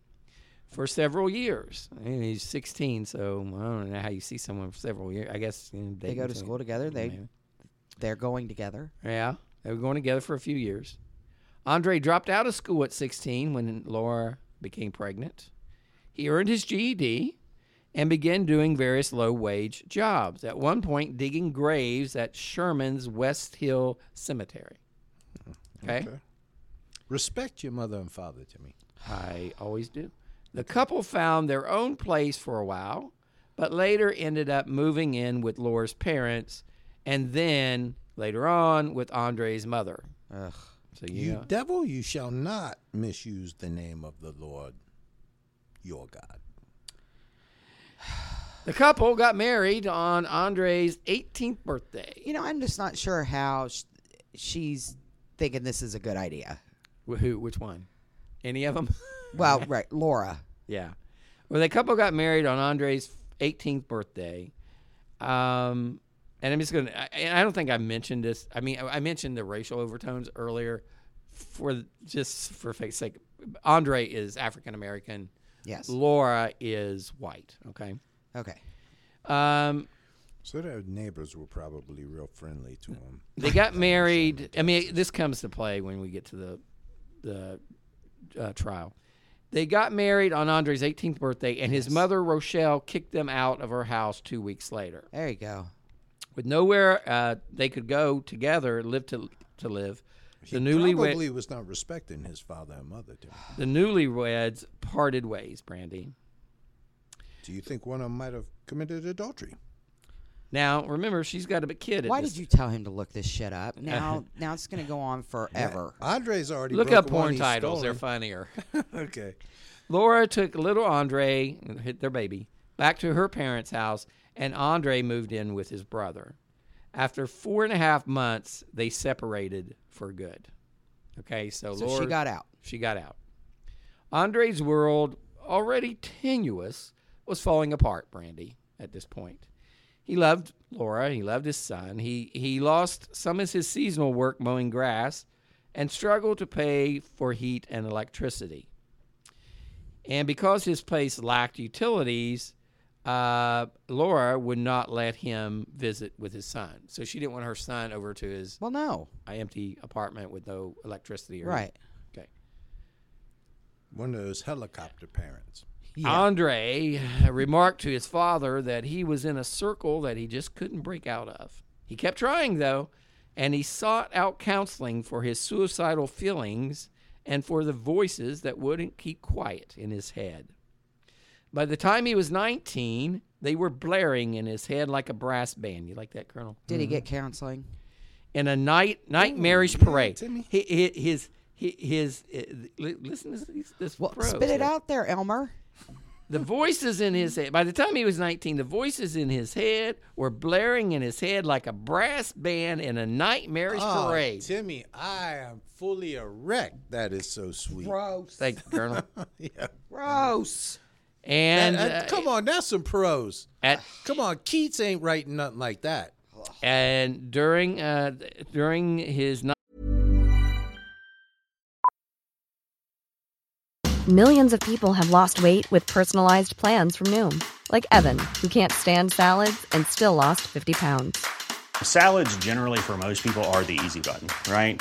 for several years. And he's 16, so I don't know how you see someone for several years. I guess you know,
They go to
dating-
school together. They
Maybe.
they're going together.
Yeah, they were going together for a few years. Andre dropped out of school at 16 when Laura became pregnant. He earned his GED and began doing various low wage jobs, at one point, digging graves at Sherman's West Hill Cemetery. Okay.
Respect your mother and father, Timmy.
I always do. The couple found their own place for a while, but later ended up moving in with Laura's parents and then later on with Andre's mother.
Ugh.
So
You
you, know-
devil, you shall not misuse the name of the Lord, your God.
The couple got married on Andre's 18th birthday.
You know, I'm just not sure how sh- she's thinking this is a good idea.
Wh- Who? Which one? Any of them?
Well, right, Laura.
yeah. Well, the couple got married on Andre's 18th birthday. Um, and I'm just gonna. I, and I don't think I mentioned this. I mean, I I mentioned the racial overtones earlier, for just for fake's sake. Andre is African American.
Yes.
Laura is white. Okay.
Okay.
Um,
So their neighbors were probably real friendly to him.
they got married. I mean, this comes to play when we get to the the uh, trial. They got married on Andre's 18th birthday, and his mother Rochelle kicked them out of her house two weeks later.
There you go.
With nowhere uh, they could go together, live to to live. The newlywed
probably was not respecting his father and mother, Timmy.
the newlyweds parted ways. Brandy.
Do you think one of them might have committed adultery?
Now remember, she's got a kid. At
Why
this-
did you tell him to look this shit up? Now, now it's gonna go on forever.
Andre's already
look
broke
up
one
porn
he's
titles? They're
stolen.
funnier.
okay.
Laura took little Andre, hit their baby, back to her parents' house, and Andre moved in with his brother. After four and a half months, they separated for good. Okay, so,
So
Laura,
she got out.
she got out. Andre's world, already tenuous, was falling apart. Brandy, at this point, he loved Laura. He loved his son. He he lost some of his seasonal work mowing grass, and struggled to pay for heat and electricity. And because his place lacked utilities, uh, Laura would not let him visit with his son. So she didn't want her son over to his
Well, no.
empty apartment with no electricity. Or
Right.
Okay.
One of those helicopter parents.
Um, Andre remarked to his father that he was in a circle that he just couldn't break out of. He kept trying, though, and he sought out counseling for his suicidal feelings and for the voices that wouldn't keep quiet in his head. By the time he was 19, they were blaring in his head like a brass band. You like that, Colonel?
Did he get counseling?
in a night nightmarish parade.
Timmy.
Hi- hi- his hi- his, uh, li- listen to this, this
Well,
prose
spit it
here.
out there, Elmer.
The voices in his head. By the time he was 19, the voices in his head were blaring in his head like a brass band in a nightmarish
Oh,
parade.
Ah, Timmy, I am fully erect. That is so sweet.
Gross.
Thank you, Colonel.
Yeah.
Gross.
And
That- that-
uh,
come on, that's some pros.
at-
Come on, Keats ain't writing nothing like that.
and during uh, during his
Millions of people have lost weight with personalized plans from Noom, like Evan, who can't stand salads and still lost 50 pounds.
Salads, generally, for most people, are the easy button, right?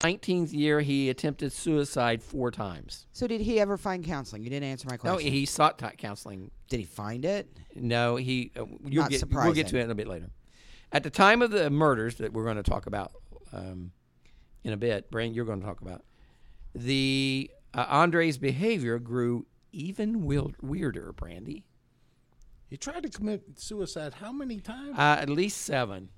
19th year, he attempted suicide four times.
So did he ever find counseling? You didn't answer my
No,
question.
he sought t- counseling.
did he find it?
No, he. Uh, you'll get,
Not
We'll
surprising.
get to it in a bit later. At the time of the murders that we're going to talk about um, in a bit, Brain, you're going to talk about the uh, Andre's behavior grew even weird, weirder. Brandy,
He tried to commit suicide how many times?
uh, at least seven,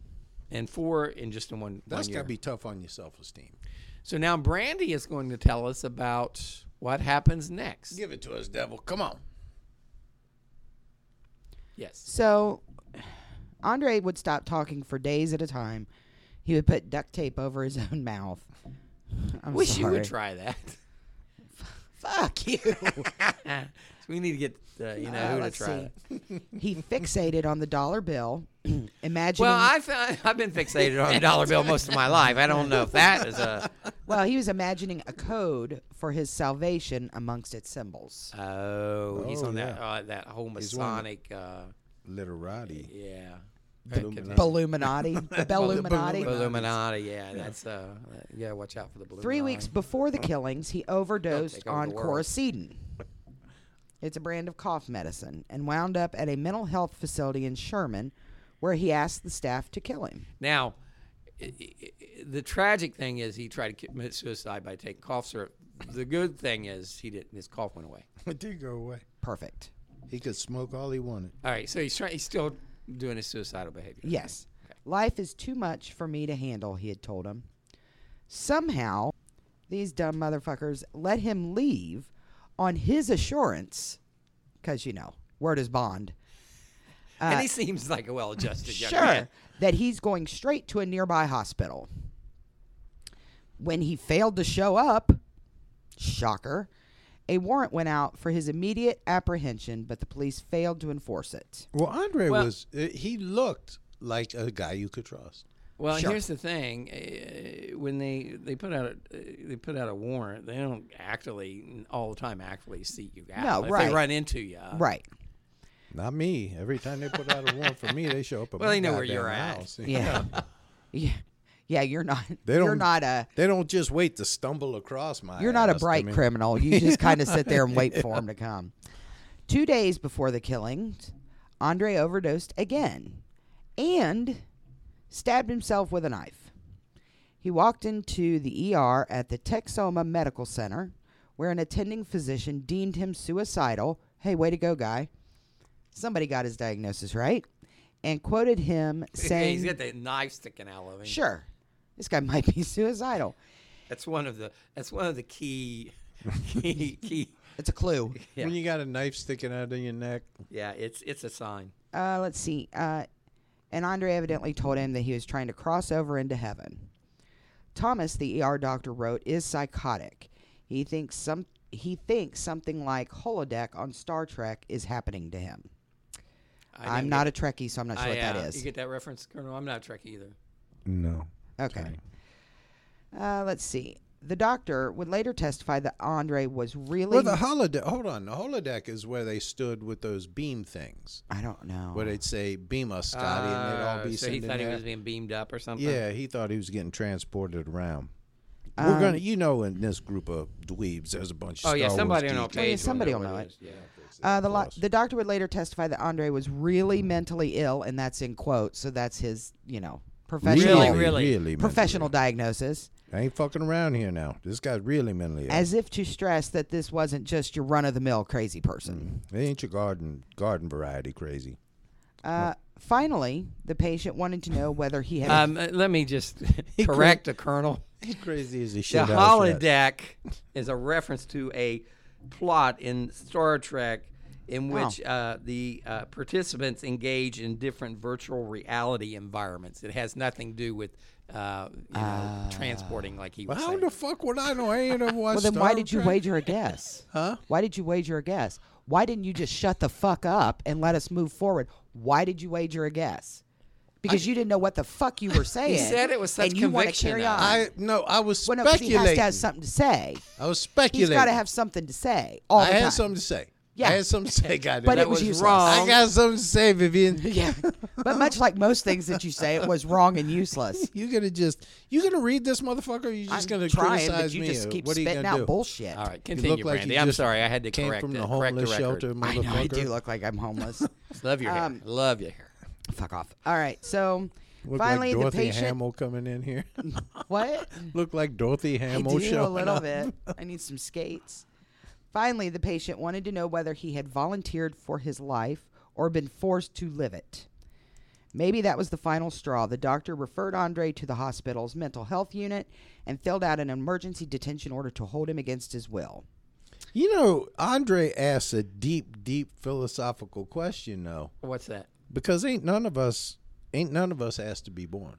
and four in just in one.
That's
one
got
year.
to be tough on your self esteem.
So now Brandy is going to tell us about what happens next.
Give it to us, devil. Come on.
Yes.
So Andre would stop talking for days at a time. He would put duct tape over his own mouth. I'm
Wish
sorry.
you would try that.
Fuck you.
we need to get uh, you know who to
let's
try.
see.
that.
he fixated on the dollar bill, imagining.
Well, I found, I've been fixated on a dollar bill most of my life. I don't know if that is a.
well, he was imagining a code for his salvation amongst its symbols.
Oh, he's
Oh,
on that
yeah.
uh, that whole
one
Masonic. Uh,
Literati.
yeah.
Balluminati, the Belluminati.
Illuminati. Yeah, that's uh, yeah. Watch out for the balloon.
Three weeks before the killings, he overdosed
over
on
the world.
Coracetin. It's a brand of cough medicine, and wound up at a mental health facility in Sherman, where he asked the staff to kill him.
Now, i- i- i- the tragic thing is he tried to commit suicide by taking cough syrup. The good thing is he didn't. His cough went away.
It did go away.
Perfect.
He could smoke all he wanted.
All right, so he's trying. He's still doing his suicidal behavior.
Yes. Life is too much for me to handle, he had told him. Somehow, these dumb motherfuckers let him leave on his assurance, because, you know, word is bond.
and he seems like a well-adjusted young
sure
man.
that he's going straight to a nearby hospital. When he failed to show up, shocker, a warrant went out for his immediate apprehension, but the police failed to enforce it.
Well, Andre
Well-
was, uh, he looked like a guy you could trust.
Well, here's the thing: uh, when they they put out a, uh, they put out a warrant, they don't actually all the time actually seek you out.
No,
if
right.
They run into you.
right.
Not me. Every time they put out a warrant for me, they show up at
Well,
my
they know where you're
goddamn
at.
house.
Yeah. yeah. Yeah, you're not
They
you're
don't-
not a
They don't just wait to stumble across my.
You're not a
ass. I
bright
mean,
criminal. You just kind of sit there and wait for him to come. Two days before the killings, Andre overdosed again and stabbed himself with a knife. He walked into the ER at the Texoma Medical Center, where an attending physician deemed him suicidal. Hey, way to go, guy. Somebody got his diagnosis right and quoted him saying,
He's got the knife sticking out of him.
Sure, this guy might be suicidal.
That's one of the that's one of the key key key.
It's a clue.
Yeah.
When you got a knife sticking out of your neck,
Yeah, it's it's a sign.
uh, let's see. Uh, and Andre evidently told him that he was trying to cross over into heaven. Thomas, the ER doctor wrote, is psychotic. He thinks some he thinks something like holodeck on Star Trek is happening to him.
didn't
I'm not a Trekkie, so I'm not sure
I,
what that
uh,
is.
You get that reference, Colonel? I'm not a Trek either.
no.
Okay. Uh, let's see. The doctor would later testify that Andre was really.
Well, the holodeck. Hold on, the holodeck is where they stood with those beam things,
I don't know.
where they'd say "beam us, Scotty," and they'd all
Uh-huh. Uh,
be
so he
sitting
thought he
there.
was being beamed up or something.
yeah, he thought he was getting transported around. We're
Um,
gonna, you know, in this group of dweebs, there's a bunch. of
Oh yeah,
Star
somebody
Wars
on our
geeks.
page. will
somebody will
what
know it.
is, Yeah.
Uh, the, lo- the doctor would later testify that Andre was really mentally ill, and that's in quotes. So that's his, you know, professional,
Really, really.
mentally
professional diagnosis.
ill. I ain't fucking around here now. This guy's really mentally ill.
As if to stress that this wasn't just your run of the mill crazy person.
Mm. They ain't your garden garden variety crazy.
Uh, finally, the patient wanted to know whether he had.
Um, uh, let me just correct the colonel.
He's crazy as a
The
shit.
holodeck is a reference to a plot in Star Trek. in
Wow.
which uh, the uh, participants engage in different virtual reality environments. It has nothing to do with uh, you know, transporting like he was
Ah. How
saying.
the fuck would I know? I ain't ever watched.
Well, then why
Star
did you
Trek.
wager a guess? huh? Why did you wager a guess? Why didn't you just shut the fuck up and let us move forward? Why did you wager a guess? Because you didn't know what the fuck you were saying.
said it with such
and you wanna
conviction,
Carry
though.
on.
I no, I was
well, no, 'cause he
speculating.
has to have something to say.
I was
He's
speculating.
got to have something to say all
I
the
had
time.
something to say.
Yeah.
I had something to say. Goddamn.
But
That
it was,
was
useless.
wrong.
I got something to say, Vivian.
Yeah, but much like most things that you say, it was wrong and useless.
You gonna just you gonna read this motherfucker? Or you just
I'm
gonna
trying,
criticize
but you
me?
just
or
keep
what are you
spitting
gonna
out
do?
bullshit.
All right,
You
continue,
look like
Brandy.
you
I'm
just
sorry, I had to
came
correct
from
that.
the
correct
homeless
the record.
shelter,
I
motherfucker.
know I do look like I'm homeless.
Love your
Um,
hair. Love your hair.
Fuck off. All right, so
Look
finally
like
the
Dorothy
patient.
Hamill coming in here.
What?
look like Dorothy
I
Hamill
do a
showing
little
up.
bit. I need some skates. Finally, the patient wanted to know whether he had volunteered for his life or been forced to live it. Maybe that was the final straw. The doctor referred Andre to the hospital's mental health unit and filled out an emergency detention order to hold him against his will.
You know, Andre asks a deep, deep philosophical question though,
What's that?
because ain't none of us ain't none of us asked to be born.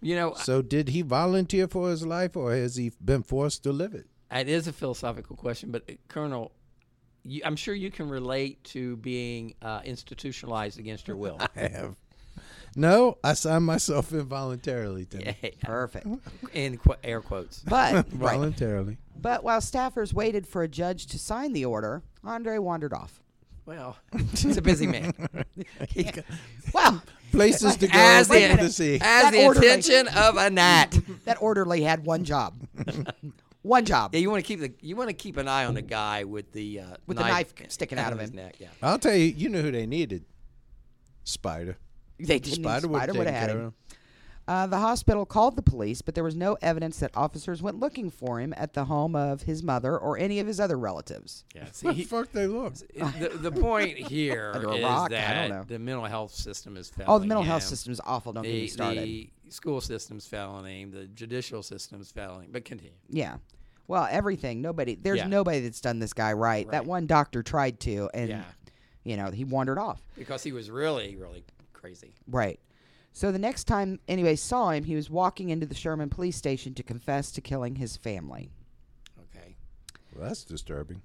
You know,
So did he volunteer for his life, or has he been forced to live it?
it is a philosophical question, but uh, Colonel, you, I'm sure you can relate to being uh, institutionalized against your will.
I have. No, I signed myself involuntarily. Tim.
Perfect.
In qu- air quotes.
But right.
Voluntarily.
But while staffers waited for a judge to sign the order, Andre wandered off.
Well, he's a busy man. He-
Wow.
Places to go.
as the,
people to see.
as
That
the
orderly-
intention of a gnat.
That orderly had one job. one job.
Yeah, you want to keep the you want to keep an eye on the guy with the uh,
With the knife sticking out of
his
him.
neck. Yeah.
I'll tell you, you know who they needed. Spider.
They didn't.
Spider would have
would have had
care
him.
of him.
Uh, the hospital called the police, but there was no evidence that officers went looking for him at the home of his mother or any of his other relatives.
Yeah. See,
What
he-
the fuck they look?
the, the point here
Under a
is
rock? I
that
don't know.
the mental health system is failing.
Oh, the mental health
him.
system is awful. Don't get me
The,
started.
the school system's failing him. The judicial system's failing. him. But continue.
Yeah. Well, everything. Nobody. There's
Yeah.
nobody that's done this guy right. That one doctor tried to, and
Yeah.
you know he wandered off.
Because he was really, really crazy.
Right. So the next time anybody saw him, he was walking into the Sherman police station to confess to killing his family.
Okay.
Well, that's disturbing.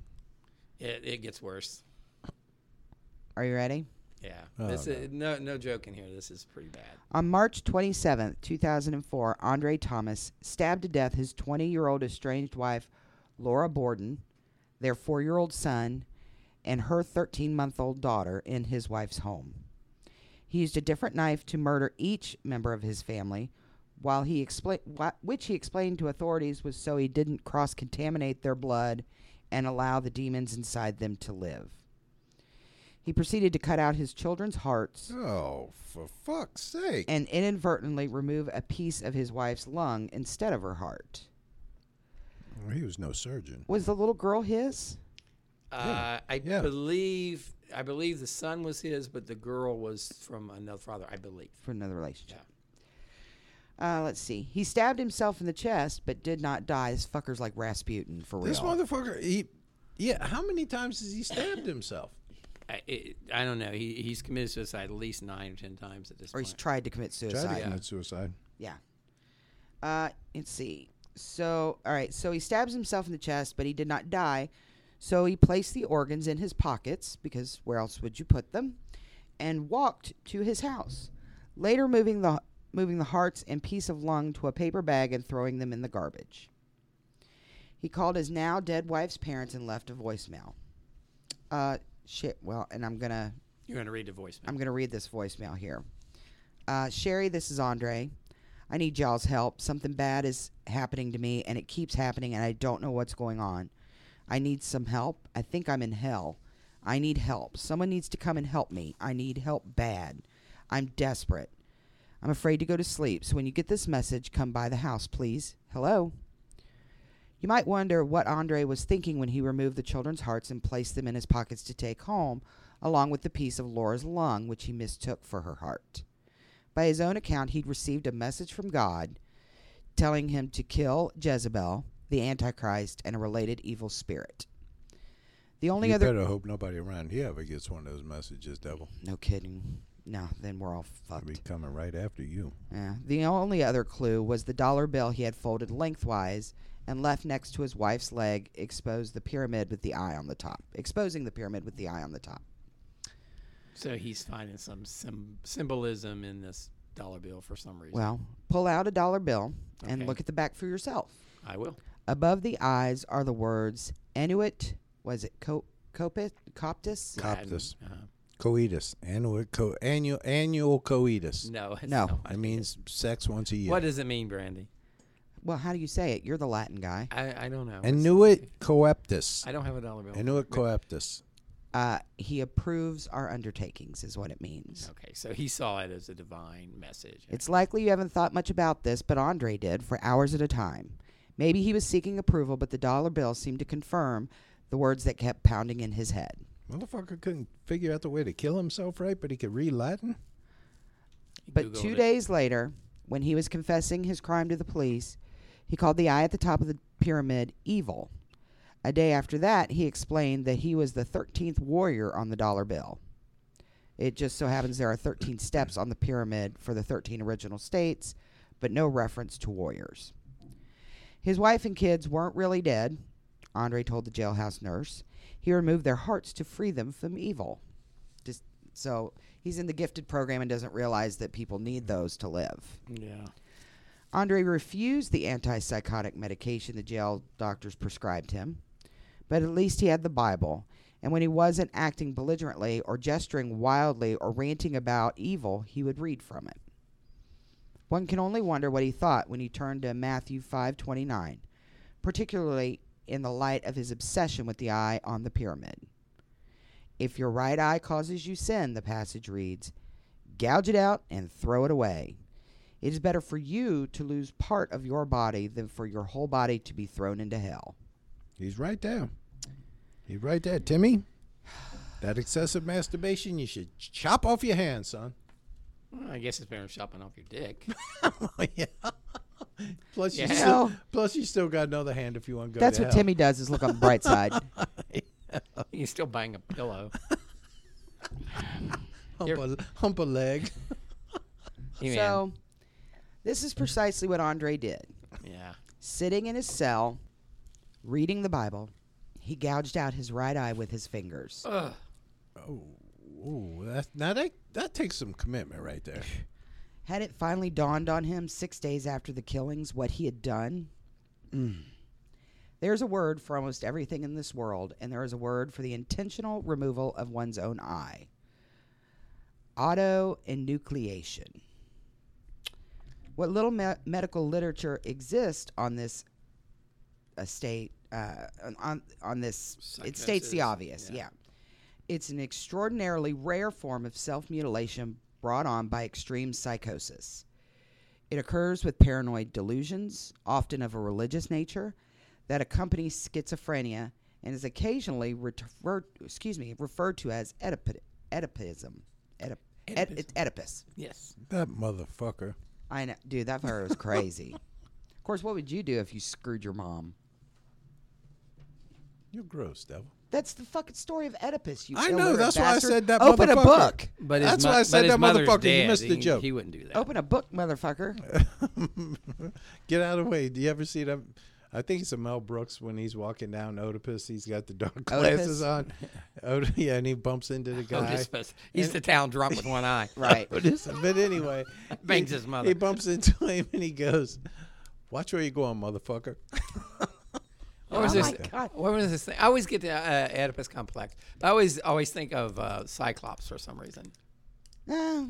It, it gets worse.
Are you ready?
Yeah. this is no no joke in here. This is pretty bad.
On March 27, 2004, Andre Thomas stabbed to death his 20 year old estranged wife, Laura Borden, their four year old son, and her 13 month old daughter in his wife's home. He used a different knife to murder each member of his family, while he expla- wh- which he explained to authorities was so he didn't cross contaminate their blood and allow the demons inside them to live. He proceeded to cut out his children's hearts
Oh, for fuck's sake.
and inadvertently remove a piece of his wife's lung instead of her heart.
Well, he was no surgeon.
Was the little girl his?
Uh, I
Yeah.
believe I believe the son was his, but the girl was from another father. I believe.
For another relationship. Uh, let's see. He stabbed himself in the chest, but did not die. This fucker's like Rasputin for real.
This motherfucker, he, yeah, how many times has he stabbed himself?
I, it, I don't know. He, he's committed suicide at least nine or ten times at this
or
point.
he's tried to commit suicide.
Tried to commit suicide.
Yeah. Uh, let's see. So, all right. So he stabs himself in the chest, but he did not die. So he placed the organs in his pockets because where else would you put them? And walked to his house. Later, moving the moving the hearts and piece of lung to a paper bag and throwing them in the garbage. He called his now dead wife's parents and left a voicemail. Uh, shit. Well, and I'm gonna
You're going to read the voicemail.
I'm going to read this voicemail here. Uh, Sherry, this is Andre. I need y'all's help. Something bad is happening to me, and it keeps happening, and I don't know what's going on. I need some help. I think I'm in hell. I need help. Someone needs to come and help me. I need help bad. I'm desperate. I'm afraid to go to sleep, so when you get this message, come by the house, please. Hello? You might wonder what Andre was thinking when he removed the children's hearts and placed them in his pockets to take home, along with the piece of Laura's lung, which he mistook for her heart. By his own account, he'd received a message from God telling him to kill Jezebel, the Antichrist, and a related evil spirit. The only
you
other
better hope nobody around here ever gets one of those messages, devil.
no kidding, no. Then we're all
I'll be
fucked.
coming right after you.
Yeah. The only other clue was the dollar bill he had folded lengthwise and left next to his wife's leg, exposed the pyramid with the eye on the top, exposing the pyramid with the eye on the top.
So he's finding some sym symbolism in this dollar bill for some reason.
Well, pull out a dollar bill and
Okay.
look at the back for yourself.
I will.
Above the eyes are the words Inuit. Was it Co- Copit Coptis?
Coptus,
Uh,
coitus, annual, co- annual, annual coitus.
no. it's
No.
It means sex once a year.
What does it mean, Brandy?
Well, how do you say it? You're the Latin guy.
I, I don't know. It's-
Inuit coeptus.
I don't have a dollar bill.
Inuit coeptus.
Uh, he approves our undertakings, is what it means.
Okay, so he saw it as a divine message.
It's likely you haven't thought much about this, but Andre did for hours at a time. Maybe he was seeking approval, but the dollar bill seemed to confirm the words that kept pounding in his head.
Motherfucker couldn't figure out the way to kill himself right, but he could read Latin?
He
But
Googled
two
it.
days later, when he was confessing his crime to the police, he called the eye at the top of the pyramid evil. A day after that, he explained that he was the 13th warrior on the dollar bill. It just so happens there are 13 steps on the pyramid for the 13 original states, but no reference to warriors. His wife and kids weren't really dead, Andre told the jailhouse nurse. He removed their hearts to free them from evil. Just so he's in the gifted program and doesn't realize that people need those to live.
Yeah.
Andre refused the antipsychotic medication the jail doctors prescribed him, but at least he had the Bible. And when he wasn't acting belligerently or gesturing wildly or ranting about evil, he would read from it. One can only wonder what he thought when he turned to Matthew 5:29, particularly in the light of his obsession with the eye on the pyramid. If your right eye causes you sin, the passage reads, gouge it out and throw it away. It is better for you to lose part of your body than for your whole body to be thrown into hell.
He's right there. He's right there. Timmy, that excessive masturbation, you should chop off your hand, son.
Well, I guess it's better than chopping off your dick.
yeah. Plus, you
Yeah.
still, plus you still got another hand if you want to go.
That's
to
what
hell.
Timmy does is look on the bright side.
you can still bang a pillow.
Hump a, hump a leg.
Hey, man.
so this is precisely what Andre did.
yeah.
Sitting in his cell, reading the Bible, he gouged out his right eye with his fingers.
Ooh, that's now that that takes some commitment right there.
Had it finally dawned on him six days after the killings what he had done? There's a word for almost everything in this world, and there is a word for the intentional removal of one's own eye autoenucleation. What little me- medical literature exists on this estate, uh, on- on, on this, it states the
Psychosis,
obvious, yeah. It's an extraordinarily rare form of self mutilation brought on by extreme psychosis. It occurs with paranoid delusions, often of a religious nature, that accompany schizophrenia and is occasionally referred, excuse me, referred to as Oedip- Oedipism. Oedip- Oed- it's Oedipus.
Yes.
That motherfucker.
I know, dude. That part was crazy. of course, what would you do if you screwed your mom?
You're gross, devil.
That's the fucking story of Oedipus. You
I know.
illiterate
That's why I
bastard.
said that.
Open a
motherfucker.
book.
But his
that's
mo-
why I said
but his
that
mother's
motherfucker.
dead.
You missed the
He-
joke. Oh
He wouldn't do that.
Open a book, motherfucker.
Get out of the way. Do you ever see them? I think it's a Mel Brooks when he's walking down Oedipus. He's got the dark glasses on. Od- yeah, and he bumps into the
Oh,
guy.
this bus- He's the town drunk with one eye.
right.
Oedipus. But anyway,
Bangs
he-
his mother.
He bumps into him and he goes, "Watch where you going, motherfucker."
What was
Oh
this?
my God.
What was this thing? I always get the uh, Oedipus complex. But I always always think of uh, Cyclops for some reason.
Ah.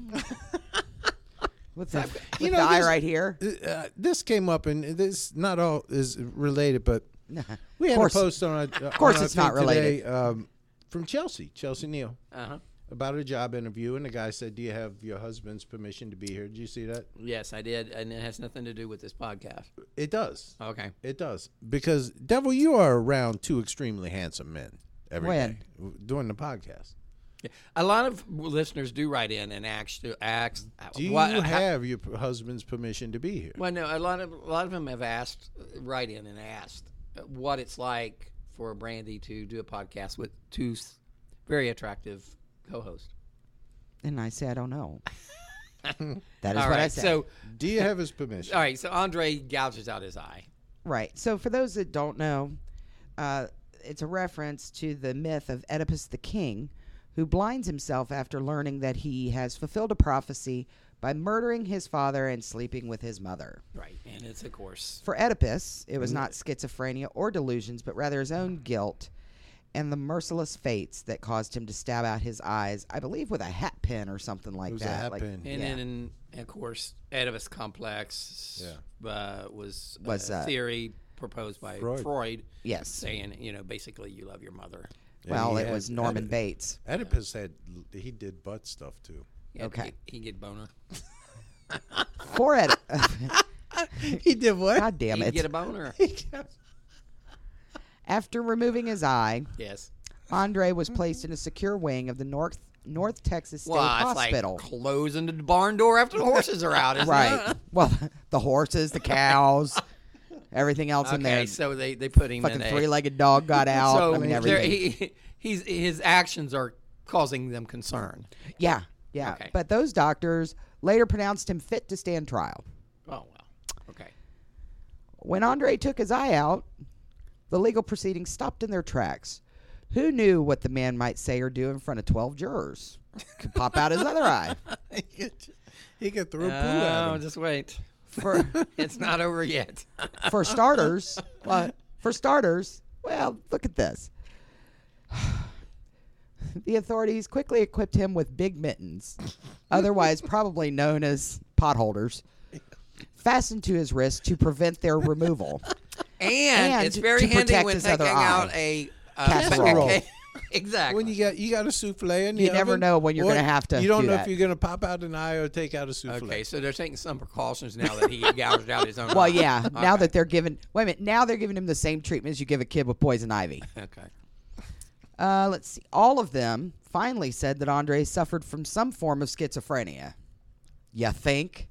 with the, with
You
the
know,
eye
this-
right here.
uh, this came up, and this not all is related, but we had
course-
a post on our, of
course it's not
today, um, from Chelsea, Chelsea Neal,
Uh huh.
about a job interview, and the guy said, "Do you have your husband's permission to be here?" Did you see that?
Yes, I did, and it has nothing to do with this podcast.
It does.
Okay.
It does because devil, you are around two extremely handsome men every day
When?
during the podcast.
A lot of listeners do write in and ask, ask
Do you
how-
have your p- husband's permission to be here?
Well, no, a lot of a lot of them have asked, uh, write in and asked uh, what it's like for Brandy to do a podcast with two s- very attractive co-hosts.
And I say, I don't know. that is
All
what I
right,
said.
so
Do you have his permission?
all right, so Andre gouges out his eye.
Right. So, for those that don't know, uh, it's a reference to the myth of Oedipus the king, who blinds himself after learning that he has fulfilled a prophecy by murdering his father and sleeping with his mother.
Right, and it's of course
For Oedipus, it was not schizophrenia or delusions, but rather his own guilt and the merciless fates that caused him to stab out his eyes, I believe, with a hat pin or something like
It was a
that.
hat
like,
pin.
and then and, of course Oedipus complex uh, was
Was,
a
uh,
theory proposed by Freud.
Freud.
Yes.
saying you know basically you love your mother.
well,
he
it
had
was Norman
Oedipus.
Bates.
Oedipus had he did butt stuff too.
Yeah,
Okay.
he, he get boner.
For Oedipus.
He did what?
God damn
He'd
it.
get a boner.
After removing his eye,
yes.
Andre was placed in a secure wing of the North North Texas State
Well, it's
Hospital.
like closing the barn door after the horses are out. Isn't It?
right. Well, the horses, the cows, everything else in
Okay,
there.
so they, they put him
Fucking
in a-
three-legged dog got out.
So
I mean,
there-
everything.
he, he's his actions are causing them concern.
yeah, yeah.
Okay.
But those doctors later pronounced him fit to stand trial.
Oh well. Okay.
When Andre took his eye out, the legal proceedings stopped in their tracks. Who knew what the man might say or do in front of 12 jurors? Could pop out his other eye.
he could throw poo at
Oh,
him.
just wait.
For
It's not over yet.
for starters, uh, for starters, well, look at this. The authorities quickly equipped him with big mittens, otherwise probably known as potholders, fastened to his wrist to prevent their removal.
And,
And
it's very
to
handy
protect
when
his
taking
other
out
eye.
a uh,
Casserole.
okay. exactly.
When you got you got a souffle in the
You never
oven,
know when you're
or
gonna have to
You don't
do
know
that.
if you're gonna pop out an eye or take out a souffle.
okay, so they're taking some precautions now that he gouged out his own.
Well,
eye.
yeah, now that they're given, wait a minute, now they're giving him the same treatment as you give a kid with poison ivy.
Okay.
Uh, let's see. All of them finally said that Andre suffered from some form of schizophrenia. You think?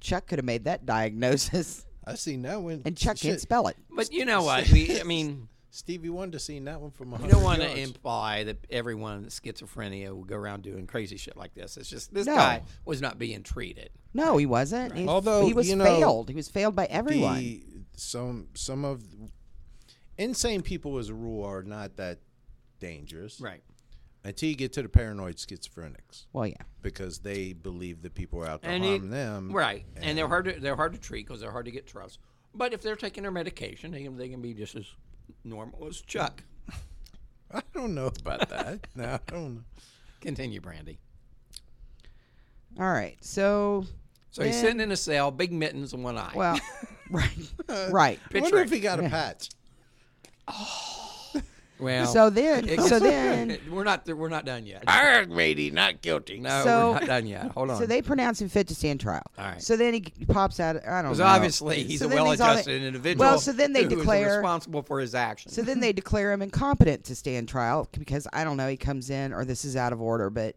Chuck could have made that diagnosis,
I seen that one.
and Chuck
Shit,
can't spell it.
But you know what? We, I mean,
Stevie Wonder seen that one from.
you don't want to imply that everyone with schizophrenia will go around doing crazy shit like this. It's just this
No.
guy was not being treated.
No, he wasn't. He,
Although,
he was
you know,
failed. He was failed by everyone.
The, some some of insane people as a rule are not that dangerous
Right.
until you get to the paranoid schizophrenics
well, yeah.
because they believe that people are out to
And
harm
you-
them.
Right. And, they're hard to they're hard to treat because they're hard to get trust. But if they're taking their medication, they can, they can be just as normal as Chuck.
I don't know about that. no, I don't know.
Continue, Brandy.
All right. So,
So he's sitting in a cell, big mittens and one eye.
well, right, right.
I wonder if he got a patch.
well
So then, so then,
we're not we're not done yet.
Arg, matey, not guilty.
No,
So-
we're not done yet. Hold on.
so they pronounce him fit to stand trial. All
right.
So then he g- pops out. I don't
because
know.
obviously he's
So
a
then all that-
well-adjusted individual.
Well, so then they
who is
declare
responsible for his actions.
So then they declare him incompetent to stand trial because I don't know he comes in or this is out of order. But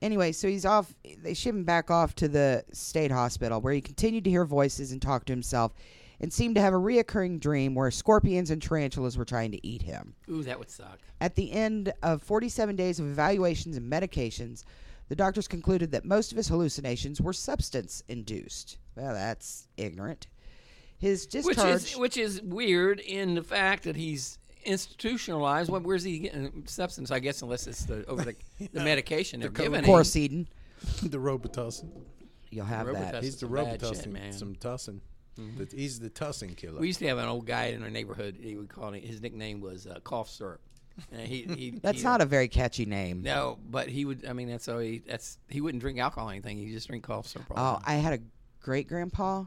anyway, so he's off. They ship him back off to the state hospital where he continued to hear voices and talk to himself, and seemed to have a reoccurring dream where scorpions and tarantulas were trying to eat him.
Ooh, that would suck.
At the end of 47 days of evaluations and medications, the doctors concluded that most of his hallucinations were substance induced. Well, that's ignorant. His
Which
discharge.
is which is weird in the fact that he's institutionalized. What where's he getting substance? I guess unless it's the over the, the medication they're giving
of
him.
course, Eden,
the Robitussin.
you'll have that.
Robitussin.
He's the
Some bad shit,
Robitussin.
man. Mm-hmm.
Some Tussin. The- He's the Tussin killer.
We used to have an old guy in our neighborhood. He would call it. His nickname was uh, cough syrup. And he, he
That's
he-
not a very catchy name.
no, but he would. I mean, that's so he that's he wouldn't drink alcohol or anything. He just drink cough syrup. all
Oh, I had a great grandpa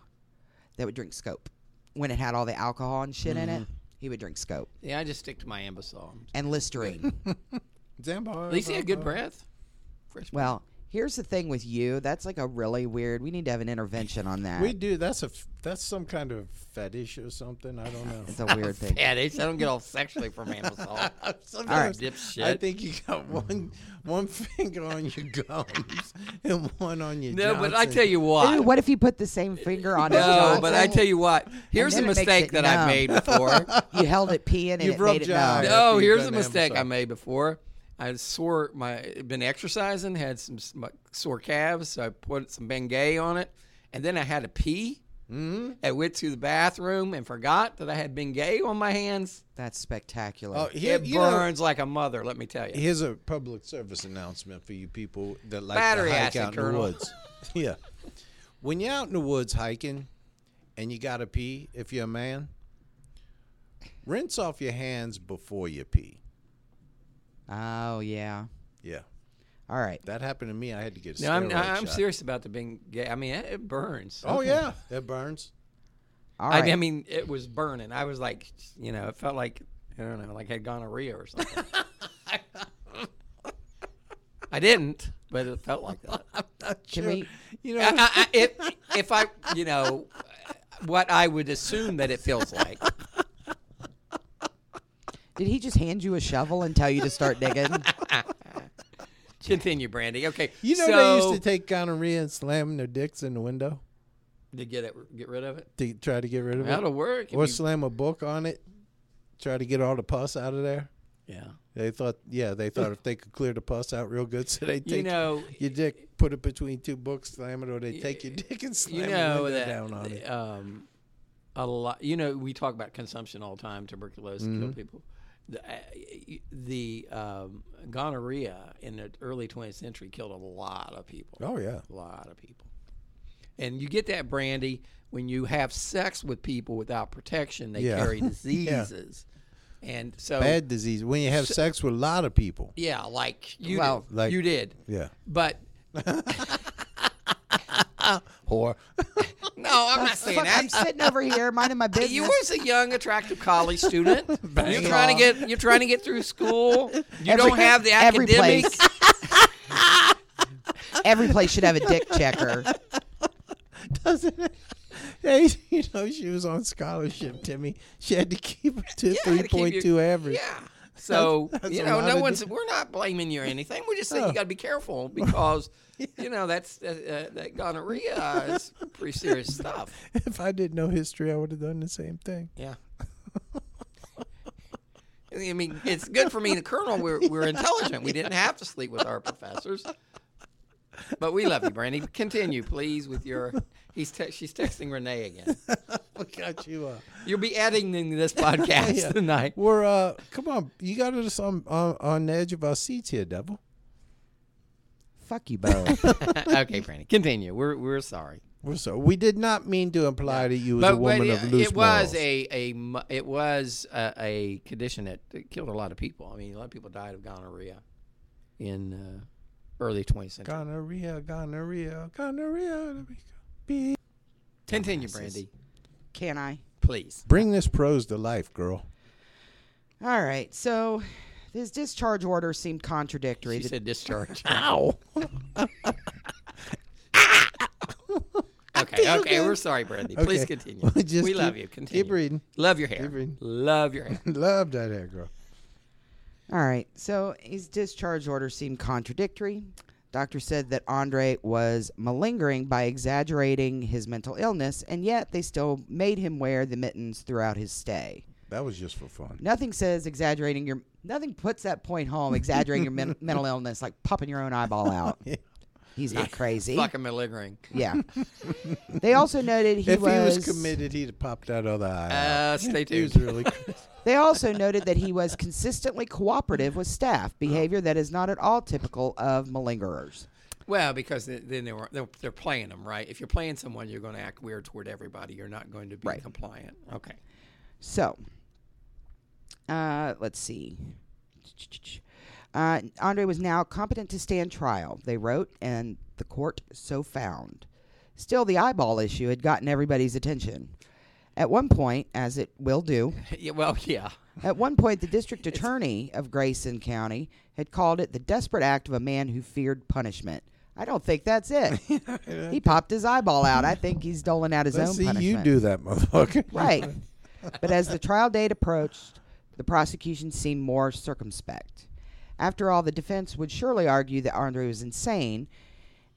that would drink scope when it had all the alcohol and shit in it.
Mm-hmm.
He would drink scope
the time. yeah, I just stick to my ambisol.
and Listerine.
Zambar. uh,
At least he had good breath. Fresh
Uh-huh. well, Here's the thing with you. That's like a really weird. We need to have an intervention on that.
We do. That's a f- that's some kind of fetish or something. I don't know.
it's a weird thing.
Yeah, they said I don't get all sexually from Amazon.
Sometimes
Dipshit.
I think you got one one finger on your gums and one on your.
no, but I
Johnson.
tell you what.
Dude, what if you put the same finger on his
no, but I
Johnson?
tell you what. Here's a
then it makes
mistake
it
that
numb.
I made before.
you held it peeing and
You've
it
rubbed
made it
your
numb.
eye.
no,
After you've
here's a
done
mistake I
Amazon.
made before. I sore my been exercising, had some s- my sore calves, so I put some Bengay on it, and then I had to pee.
Mm-hmm.
mm I went to the bathroom and forgot that I had Bengay on my hands.
That's spectacular.
Oh, here,
it
you know,
burns like a mother. Let me tell you.
here's a public service announcement for you people that like
Battery
to hike
acid,
out in
Colonel.
the woods. yeah, when you're out in the woods hiking, and you gotta pee, if you're a man, rinse off your hands before you pee.
Oh, yeah.
Yeah,
All right.
that happened to me. I had to get a
no, I'm,
steroid
I'm
shot.
serious about the Bengay. I mean, it, it burns.
Oh yeah, that burns.
All
I,
right.
I mean, it was burning. I was like, you know, it felt like I don't know, like I had gonorrhea or something. I didn't, but it felt like that.
Can we?
You know,
I, I, I, if, if I, you know, what I would assume that it feels like.
Did he just hand you a shovel and tell you to start digging?
Continue, Brandy. Okay,
you know they
so,
used to take gonorrhea and slam their dicks in the window
to get it, get rid of it.
to try to get rid of
That'll
it,
work. if
or
you-
slam a book on it, try to get all the pus out of there.
yeah.
They thought, yeah, they thought if they could clear the pus out real good, so they take
You know,
your dick, put it between two books, slam it, or they take your dick and slam
you
the
know
window
that
down on it.
um, a lot. You know, we talk about consumption all the time. Tuberculosis
Mm-hmm.
kill people. The, uh, y- the um, gonorrhea in the early 20th century killed a lot of people.
Oh yeah,
A lot of people. And you get that brandy when you have sex with people without protection. They
Yeah.
carry
Yeah.
diseases, and so
bad disease when you have sex with a lot of people.
yeah, like you
Well,
did.
like-
you did.
Yeah,
But
whore.
no, I'm not saying
Fuck,
that.
I'm sitting over here minding my business.
You was a young, attractive college student. you're trying to get you're trying to get through school. You don't have the
every
academic.
place. Every place should have a dick checker.
Hey, you know she was on scholarship, Timmy. She had to keep it to
You
three
gotta keep your-
point two average.
Yeah. So
that's
you
a
know,
lot
no
of
one's.
di-
we're not blaming you or anything. We're just saying you got to be careful because you know that's uh, uh, that gonorrhea is pretty serious stuff.
If I didn't know history, I would have done the same thing.
Yeah. I mean, it's good for me and the Colonel. We're, we're intelligent. We didn't have to sleep with our professors. But we love you, Brandy. Continue, please, with your. He's te- she's texting Renee again.
What got you up?
You'll be editing this podcast tonight.
We're uh, come on, you got us on on, on the edge of our seats here, devil.
Fuck you both.
okay, Brandy, continue. We're we're sorry.
We're so we did not mean to imply that you was a
But, but
woman
it,
of loose
it was
morals.
a, a mu- it was a, a condition that that killed a lot of people. I mean, a lot of people died of gonorrhea in uh, early 20th century.
gonorrhea, gonorrhea, gonorrhea. There we go. Be-
Continue, Brandy,
Can I?
please.
Bring this prose to life, girl.
All right. So this discharge order seemed contradictory.
She
The-
said discharge.
Ow.
okay, okay, we're sorry, Brandy. Please
Okay.
continue.
Just
we
keep-
love you. Continue.
Keep reading.
Love your hair.
Keep reading.
Love your hair.
Love that hair, girl.
All right. So his discharge order seemed contradictory. Doctor said that Andre was malingering by exaggerating his mental illness, and yet they still made him wear the mittens throughout his stay.
That was just for fun.
Nothing says exaggerating your nothing puts that point home. Exaggerating your men- mental illness, like popping your own eyeball out. He's not crazy.
Fucking Uh, malingering.
Yeah. they also noted he
if
was,
he was committed, he'd have popped that other eye. out.
Uh, stay
he was
tuned.
really.
They also noted that he was consistently cooperative with staff, behavior that is not at all typical of malingerers.
Well, because th- then they were they're, they're playing them right. If you're playing someone, you're going to act weird toward everybody. You're not going to be
Right.
compliant. Okay.
So, uh, let's see. Uh, Andre was now competent to stand trial, they wrote, and the court so found. Still, the eyeball issue had gotten everybody's attention. At one point, as it will do,
Yeah, well, yeah.
At one point, the district attorney of Grayson County had called it the desperate act of a man who feared punishment. I don't think that's it. he popped his eyeball out. I think he's doling out his
Let's
own
see
punishment.
you do that, motherfucker.
Right. but as the trial date approached, the prosecution seemed more circumspect. After all, the defense would surely argue that Andre was insane,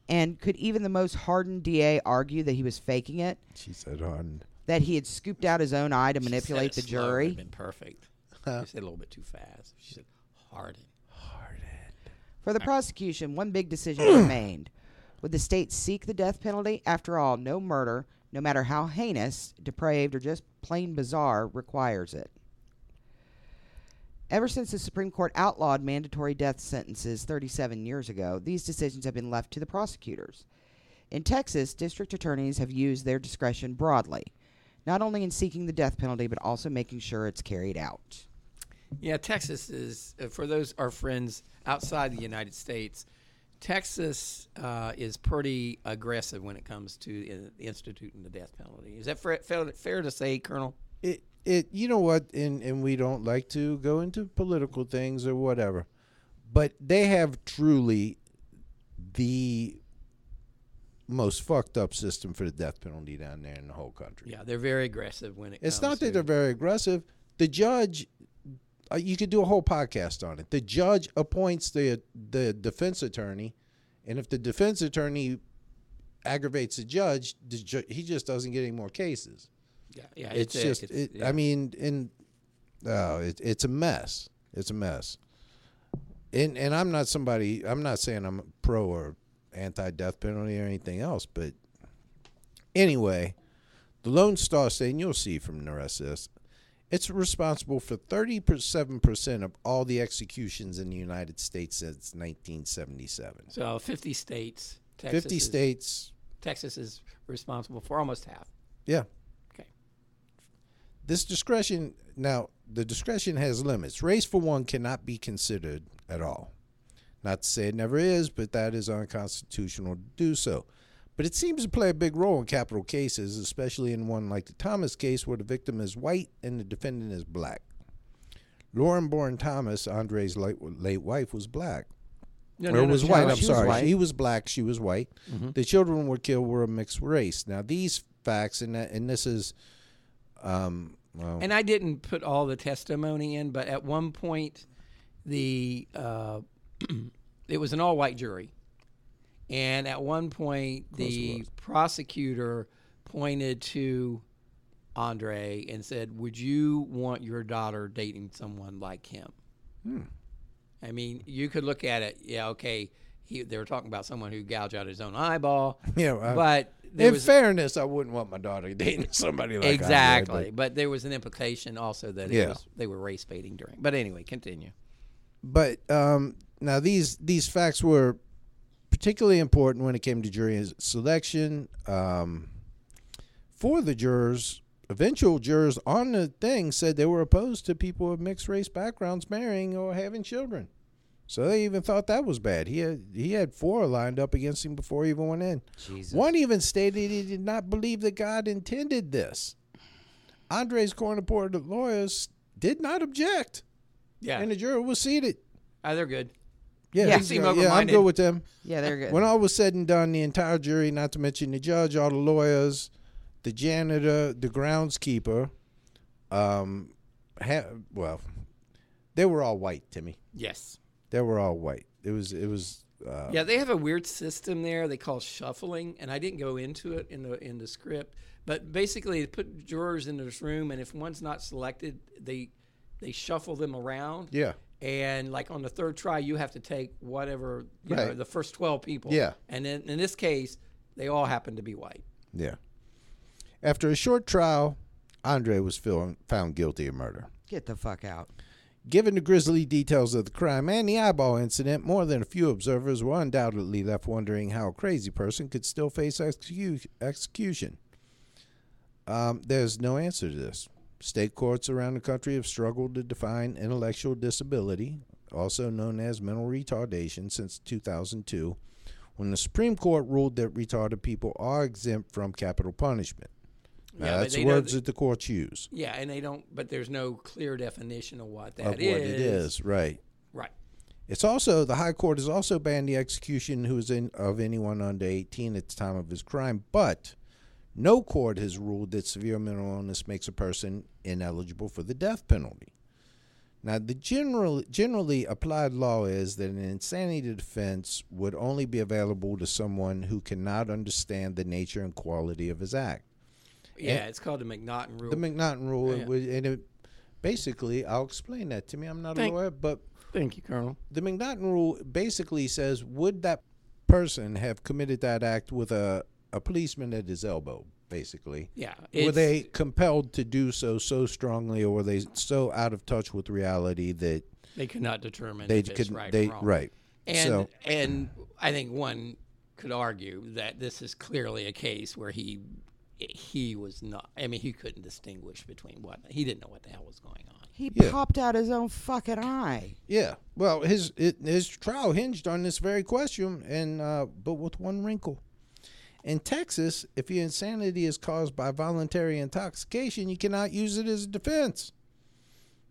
and could even the most hardened DA argue that he was faking it,
She said, "On
that he had scooped out his own eye to manipulate the
Said it slow, it would've
jury?
Been perfect. She said a little bit too fast. She said Harden.
For the prosecution, one big decision remained. Would the state seek the death penalty? After all, no murder, no matter how heinous, depraved, or just plain bizarre, requires it. Ever since the Supreme Court outlawed mandatory death sentences 37 years ago, these decisions have been left to the prosecutors. In Texas, district attorneys have used their discretion broadly, not only in seeking the death penalty, but also making sure it's carried out.
Yeah, Texas is uh, for those our friends outside the United States. Texas uh, is pretty aggressive when it comes to in- instituting the death penalty. Is that fair, fair, fair to say, Colonel?
it, it. You know what? And and we don't like to go into political things or whatever, but they have truly the most fucked up system for the death penalty down there in the whole country.
Yeah, they're very aggressive when it.
It's
comes
not
to,
that they're very aggressive. The judge, uh, you could do a whole podcast on it. The judge appoints the the defense attorney, and if the defense attorney aggravates the judge, the ju- he just doesn't get any more cases.
Yeah, yeah
It's,
a-
just,
it's-
it,
yeah.
I mean, in oh, it, it's a mess. It's a mess. And and I'm not somebody. I'm not saying I'm pro or anti death penalty or anything else, but anyway. The Lone Star State, and you'll see from the rest of this, it's responsible for 37% of all the executions in the United States since 1977.
so fifty states. Texas
50
is-
states.
Texas is responsible for almost half.
Yeah.
Okay.
This discretion, now, the discretion has limits. Race for one cannot be considered at all. Not to say it never is, but that is unconstitutional to do so. But it seems to play a big role in capital cases, especially in one like the Thomas case where the victim is white and the defendant is black. Lauren Bourne Thomas, Andre's late, late wife, was black.
No,
or was
she- Mm-hmm.
white,
no,
I'm
she was
sorry.
white.
He was black, she was white. The children were killed were a mixed race. Now, these facts, and, that, and this is. Um, well,
And I didn't put all the testimony in, but at one point, the uh, it was an all-white jury, and at one point, the prosecutor pointed to Andre and said, "Would you want your daughter dating someone like him?"
Hmm.
I mean, you could look at it. Yeah, okay. He, they were talking about someone who gouged out his own eyeball.
Yeah, well,
but there
in
was
fairness, I wouldn't want my daughter dating somebody like Andre,
exactly.
but-
but, there was an implication also that it
Yeah.
was, they were race baiting during. But anyway, continue.
but um, now these these facts were particularly important when it came to jury selection um, for the jurors. Eventual jurors on the thing said they were opposed to people of mixed race backgrounds marrying or having children, so they even thought that was bad. He had he had four lined up against him before he even went in. One even stated he did not believe that God intended this. Andre's court appointed lawyers did not object,
Yeah,
and the jury was seated.
oh, they're good.
Yeah,
Yeah.
these
Seem
guys- yeah I'm
open-minded.
good with them.
Yeah, they're good.
When all was said and done, the entire jury, not to mention the judge, all the lawyers, the janitor, the groundskeeper, um, ha- well, they were all white. Timmy,
Yes.
they were all white. It was it was uh,
Yeah, they have a weird system there. They call shuffling, and I didn't go into it in the in the script, but basically they put jurors in this room, and if one's not selected, they they shuffle them around.
yeah.
And like on the third try, you have to take whatever you know,
Right.
the first twelve people.
Yeah.
And in, in this case, they all happen to be white.
Yeah. After a short trial, Andre was found found guilty of murder.
Get the fuck out.
Given the grisly details of the crime and the eyeball incident, more than a few observers were undoubtedly left wondering how a crazy person could still face execu- execution. Um, there's no answer to this. State courts around the country have struggled to define intellectual disability, also known as mental retardation, since 2002, when the Supreme Court ruled that retarded people are exempt from capital punishment. Now,
Yeah, but
that's
they
the
know
words
that-
that the courts use
Yeah, and they don't. But there's no clear definition of what that
of what
is.
it is, right?
Right.
It's also the High Court has also banned the execution who is in of anyone under 18 at the time of his crime, but no court has ruled that severe mental illness makes a person ineligible for the death penalty. Now, the general generally applied law is that an insanity defense would only be available to someone who cannot understand the nature and quality of his act.
Yeah, it's called the McNaughton rule.
The McNaughton rule, it was- and it basically, I'll explain that to me. I'm not
Thank-
aware, but
Thank you, Colonel.
the McNaughton rule basically says would that person have committed that act with a, a policeman at his elbow, basically?
Yeah,
were
it's-
they compelled to do so so strongly, or were they so out of touch with reality that
They could not determine
they
if it's
could
right or
not they
wrong.
right?
And
so
and I think one could argue that this is clearly a case where he he was not. I mean, he couldn't distinguish between what he didn't know what the hell was going on.
He
Yeah.
popped out his own fucking eye.
yeah, well, his it, his trial hinged on this very question, and uh, but with one wrinkle. In Texas, if your insanity is caused by voluntary intoxication, you cannot use it as a defense.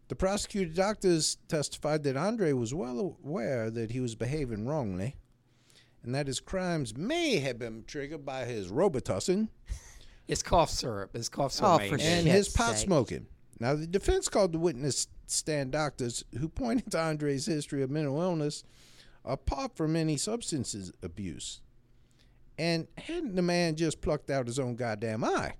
The prosecutor doctors testified that Andre was well aware that he was behaving wrongly and that his crimes may have been triggered by his Robitussin
It's cough syrup. It's cough
Oh,
syrup.
for
mayonnaise.
and
shit's
his pot
sake.
smoking. Now, the defense called the witness stand doctors who pointed to Andre's history of mental illness apart from any substances abuse. And hadn't the man just plucked out his own goddamn eye?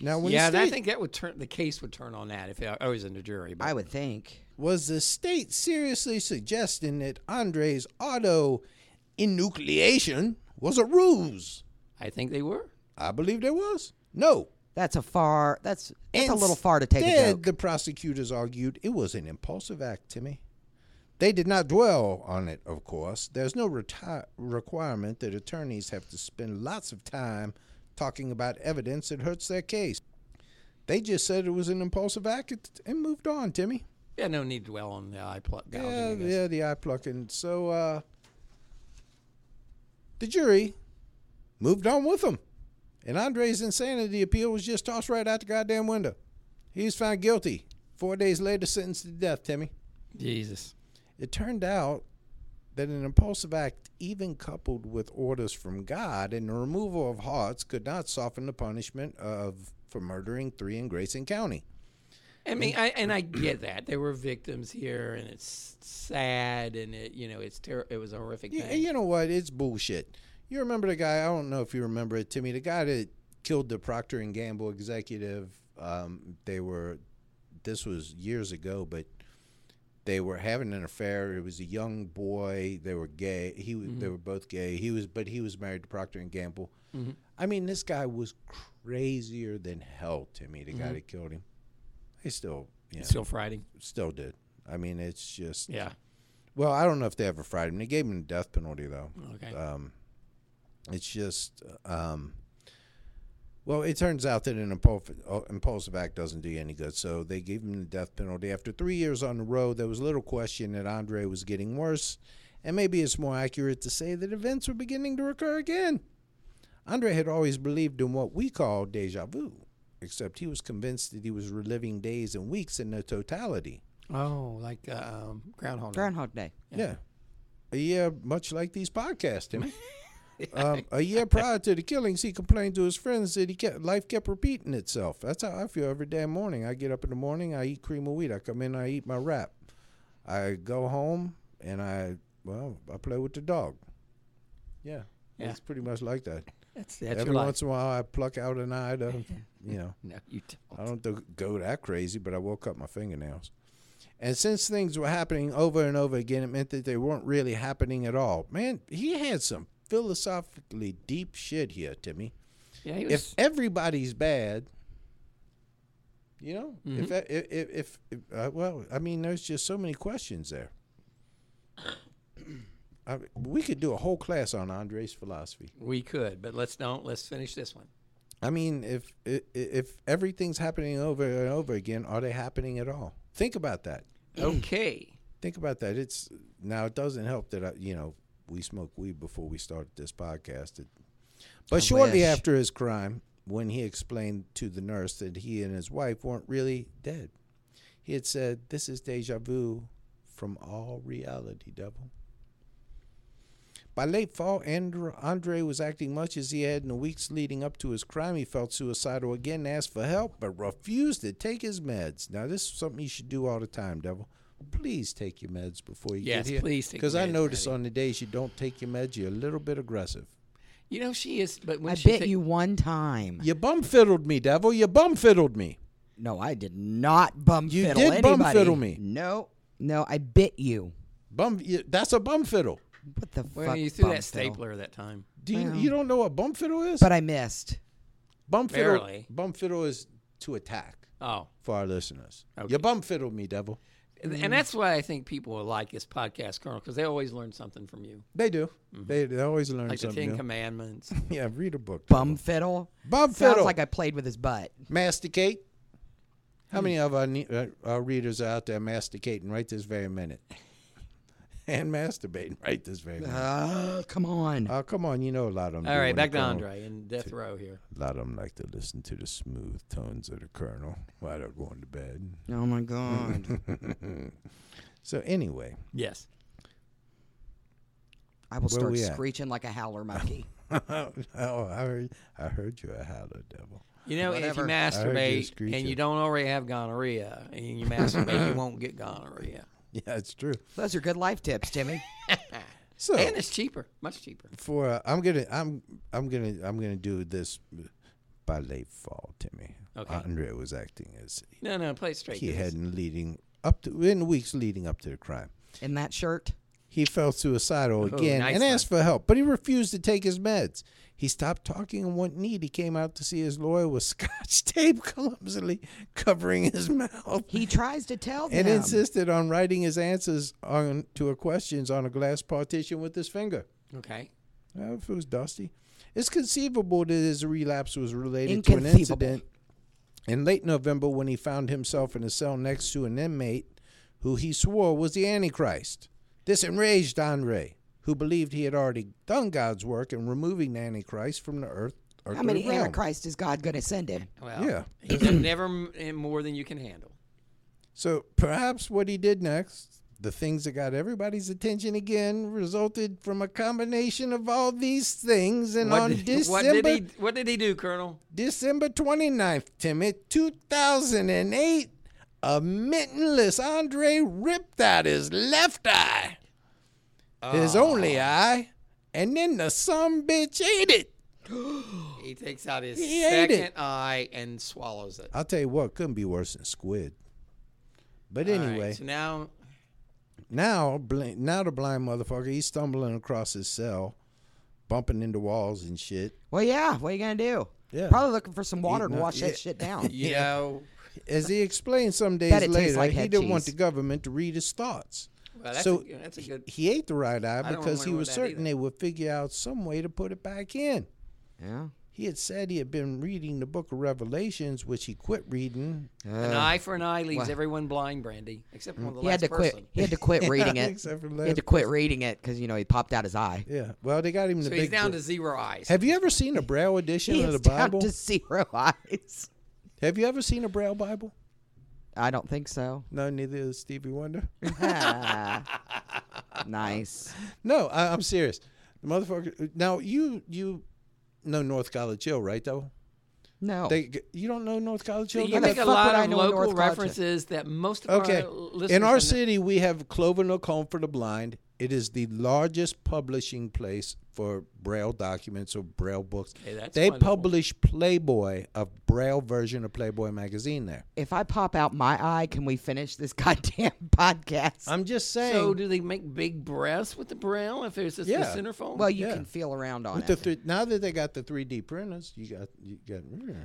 Now, when
yeah, and
the
I
state,
think that would turn the case would turn on that if it I was in the jury. But
I would think.
was the state seriously suggesting that Andre's auto enucleation was a ruse?
I think they were.
I believe there was. No.
That's a far. That's, that's a little
Instead,
far to take a joke.
The prosecutors argued it was an impulsive act, Timmy. They did not dwell on it, of course. There's no reti- requirement that attorneys have to spend lots of time talking about evidence that hurts their case. They just said it was an impulsive act and- and moved on, Timmy.
Yeah, no need to dwell on the eye pluck. gouging, I
Yeah,
guess.
yeah, the eye plucking. So uh, the jury moved on with him. And Andre's insanity appeal was just tossed right out the goddamn window. He was found guilty. Four days later, sentenced to death, Timmy.
Jesus.
It turned out that an impulsive act, even coupled with orders from God and the removal of hearts, could not soften the punishment of for murdering three in Grayson County.
I mean, I, and I get that there were victims here, and it's sad, and it you know it's ter- it was a horrific
Yeah,
thing.
and you know what? It's bullshit. You remember the guy? I don't know if you remember it, Timmy. The guy that killed the Procter and Gamble executive. Um, they were. This was years ago, but they were having an affair. It was a young boy. They were gay. He w they were both gay. He was, but he was married to Procter and Gamble. I mean, this guy was crazier than hell, Timmy. The guy that killed him. He still, yeah,
It's still
still,
Friday.
did. I mean, it's just.
Yeah.
Well, I don't know if they ever fried him. They gave him the death penalty though.
Okay.
Uh, It's just, um, well, it turns out that an impulsive, impulsive act doesn't do you any good. So they gave him the death penalty. After three years on the road, there was little question that Andre was getting worse. And maybe it's more accurate to say that events were beginning to recur again. Andre had always believed in what we call deja vu, except he was convinced that he was reliving days and weeks in their totality.
oh, like uh, um, Groundhog. Day.
Groundhog Day.
Yeah. A year, much like these podcasts, Timmy. um, a year prior to the killings, he complained to his friends that he kept life kept repeating itself. That's how I feel every damn morning. I get up in the morning, I eat cream of wheat. I come in, I eat my wrap. I go home and I well, I play with the dog. Yeah,
Yeah.
it's pretty much like that.
That's, that's
every
your life.
once in a while, I pluck out an eye to, you know.
No, you
I
don't.
don't do- go that crazy, but I woke up my fingernails. And since things were happening over and over again, it meant that they weren't really happening at all. Man, he had some philosophically deep shit here, Timmy.
Yeah, he
If
was.
everybody's bad, you know, if, if, if, if, uh, well, I mean, there's just so many questions there. I, we could do a whole class on Andre's philosophy.
we could, but let's don't. Let's finish this one.
I mean, if i- i- if everything's happening over and over again, are they happening at all? Think about that.
Okay.
Think about that. It's now it doesn't help that I, you know we smoked weed before we started this podcast. It- but shortly
wish.
after his crime, when he explained to the nurse that he and his wife weren't really dead, he had said, "This is deja vu from all reality, devil. By late fall, Andre, Andre was acting much as he had in the weeks leading up to his crime. He felt suicidal again, asked for help, but refused to take his meds. Now, this is something you should do all the time, devil. Please take your meds before you
Yes,
get here.
please take
Because
your
I
meds,
notice
Maddie.
on the days you don't take your meds, you're a little bit aggressive.
You know she is, but when
I
she
bit
ta-
you one time.
You bum fiddled me, devil. You bum fiddled me.
No, I did not bum
You
fiddle
did bum
anybody.
fiddle me.
No, no, I bit you.
Bum. You, that's a bum fiddle.
What the
Well,
fuck?
you threw
bum
that
fiddle?
stapler that time.
Do you, you don't know what bum fiddle is?
But I missed.
bum fiddle.
barely.
Bum fiddle is to attack
Oh,
for our listeners.
Okay.
You bum fiddled me, devil.
and,
Mm.
and that's why I think people will like this podcast, Colonel, because they always learn something from you,
They do. They, they always learn
Mm-hmm. like the
something.
Ten
new.
Commandments.
yeah, read a book.
Bum fiddle.
Bum
Sounds
fiddle.
like I played with his butt.
masticate. How many of our, ne- uh, our readers are out there masticating right this very minute? and masturbating right this very minute.
Uh, come on.
Oh, come on. You know a lot of them.
All
do
right,
when
back
they
to
come-
Andre and Death Row here.
A lot of them like to listen to the smooth tones of the colonel while they're going to bed.
oh my god.
So, anyway,
Yes.
I will
Where
start
we at?
screeching like a howler monkey.
oh, I heard, I heard you a holler, devil.
You know,
Whatever.
if you
I
heard you
masturbate
screeching.
and you don't already have gonorrhea, and you masturbate, you won't get gonorrhea,
Yeah, it's true.
Those are good life tips, Jimmy.
So,
and it's cheaper, much cheaper.
for uh, I'm gonna I'm I'm gonna I'm gonna do this by late fall, Timmy.
Okay.
Andre was acting as
No, no, play it straight.
he
This
had
is-
in leading up to in the weeks leading up to the crime.
In that shirt.
He felt suicidal again
Oh, nice
and asked for help, but he refused to take his meds. He stopped talking and one need he came out to see his lawyer with scotch tape clumsily covering his mouth.
He tries to tell them.
and insisted on writing his answers on to her questions on a glass partition with his finger.
okay.
Well, if it was dusty. It's conceivable that his relapse was related to an
Inconceivable.
incident in late November when he found himself in a cell next to an inmate who he swore was the Antichrist. This enraged Andre, who believed he had already done God's work in removing the Antichrist from the earth.
How many
earthly realm.
Antichrist is God going to send him?
Well,
Yeah.
he's done never m- in more than you can handle.
So perhaps what he did next, the things that got everybody's attention again, resulted from a combination of all these things. And on
did, what
December
did he? What did he do, Colonel?
December 29th, Timmy, 2008, a mittenless Andre ripped out his left eye, his
Ah.
only eye, and then the some bitch ate it.
He takes out his
He ate it. Uh,
second eye and swallows it.
I'll tell you what, couldn't be worse than squid. But
All right,
anyway,
so now
now, bl- now the blind motherfucker, he's stumbling across his cell, bumping into walls and shit.
Well, yeah. What are you going to do?
Yeah.
Probably looking for some water to
Eating up-
wash
yeah.
that shit down.
you know.
As he explained some
Bet
days
it tastes
later,
like
he
head
didn't want the
cheese.
government to read his thoughts.
Well, that's,
so
a, that's a good.
he ate the right eye
don't
because he
remember
was
that
certain
either.
they would figure out some way to put it back in.
Yeah.
He had said he had been reading the book of Revelations, which he quit reading.
an eye for an eye leaves everyone blind, Brandy, except
Mm.
for the
He
last
had to
person.
quit. He had to quit reading it.
Except for the
He had to
last
quit reading it because you know he popped out his eye.
Yeah. Well, they got him the
so
big.
he's down
bro-
to zero eyes.
Have you ever seen a Braille edition
He
of the
is down
Bible?
to zero eyes.
Have you ever seen a Braille Bible?
I don't think so.
No, neither is Stevie Wonder.
nice.
no, I, I'm serious. The motherfucker. Now you you know North College Hill, right? Though
No.
they you don't know North College Hill.
Oh. you
the
make a
fuck
lot
would I
of
know in
local
North Carolina?
references that most of
Okay.
our listeners
In our
don't-
city, we have Clover Nook Home for the Blind. It is the largest publishing place for Braille documents or Braille books.
Hey, that's
they
wonderful.
publish Playboy, a Braille version of Playboy magazine there.
if I pop out my eye, can we finish this goddamn podcast?
I'm just saying.
So do they make big breaths with the braille if it's just the
Yeah.
centerfold?
well, you
yeah.
can feel around on
with
it.
the three, now that they got the 3D printers, you got you got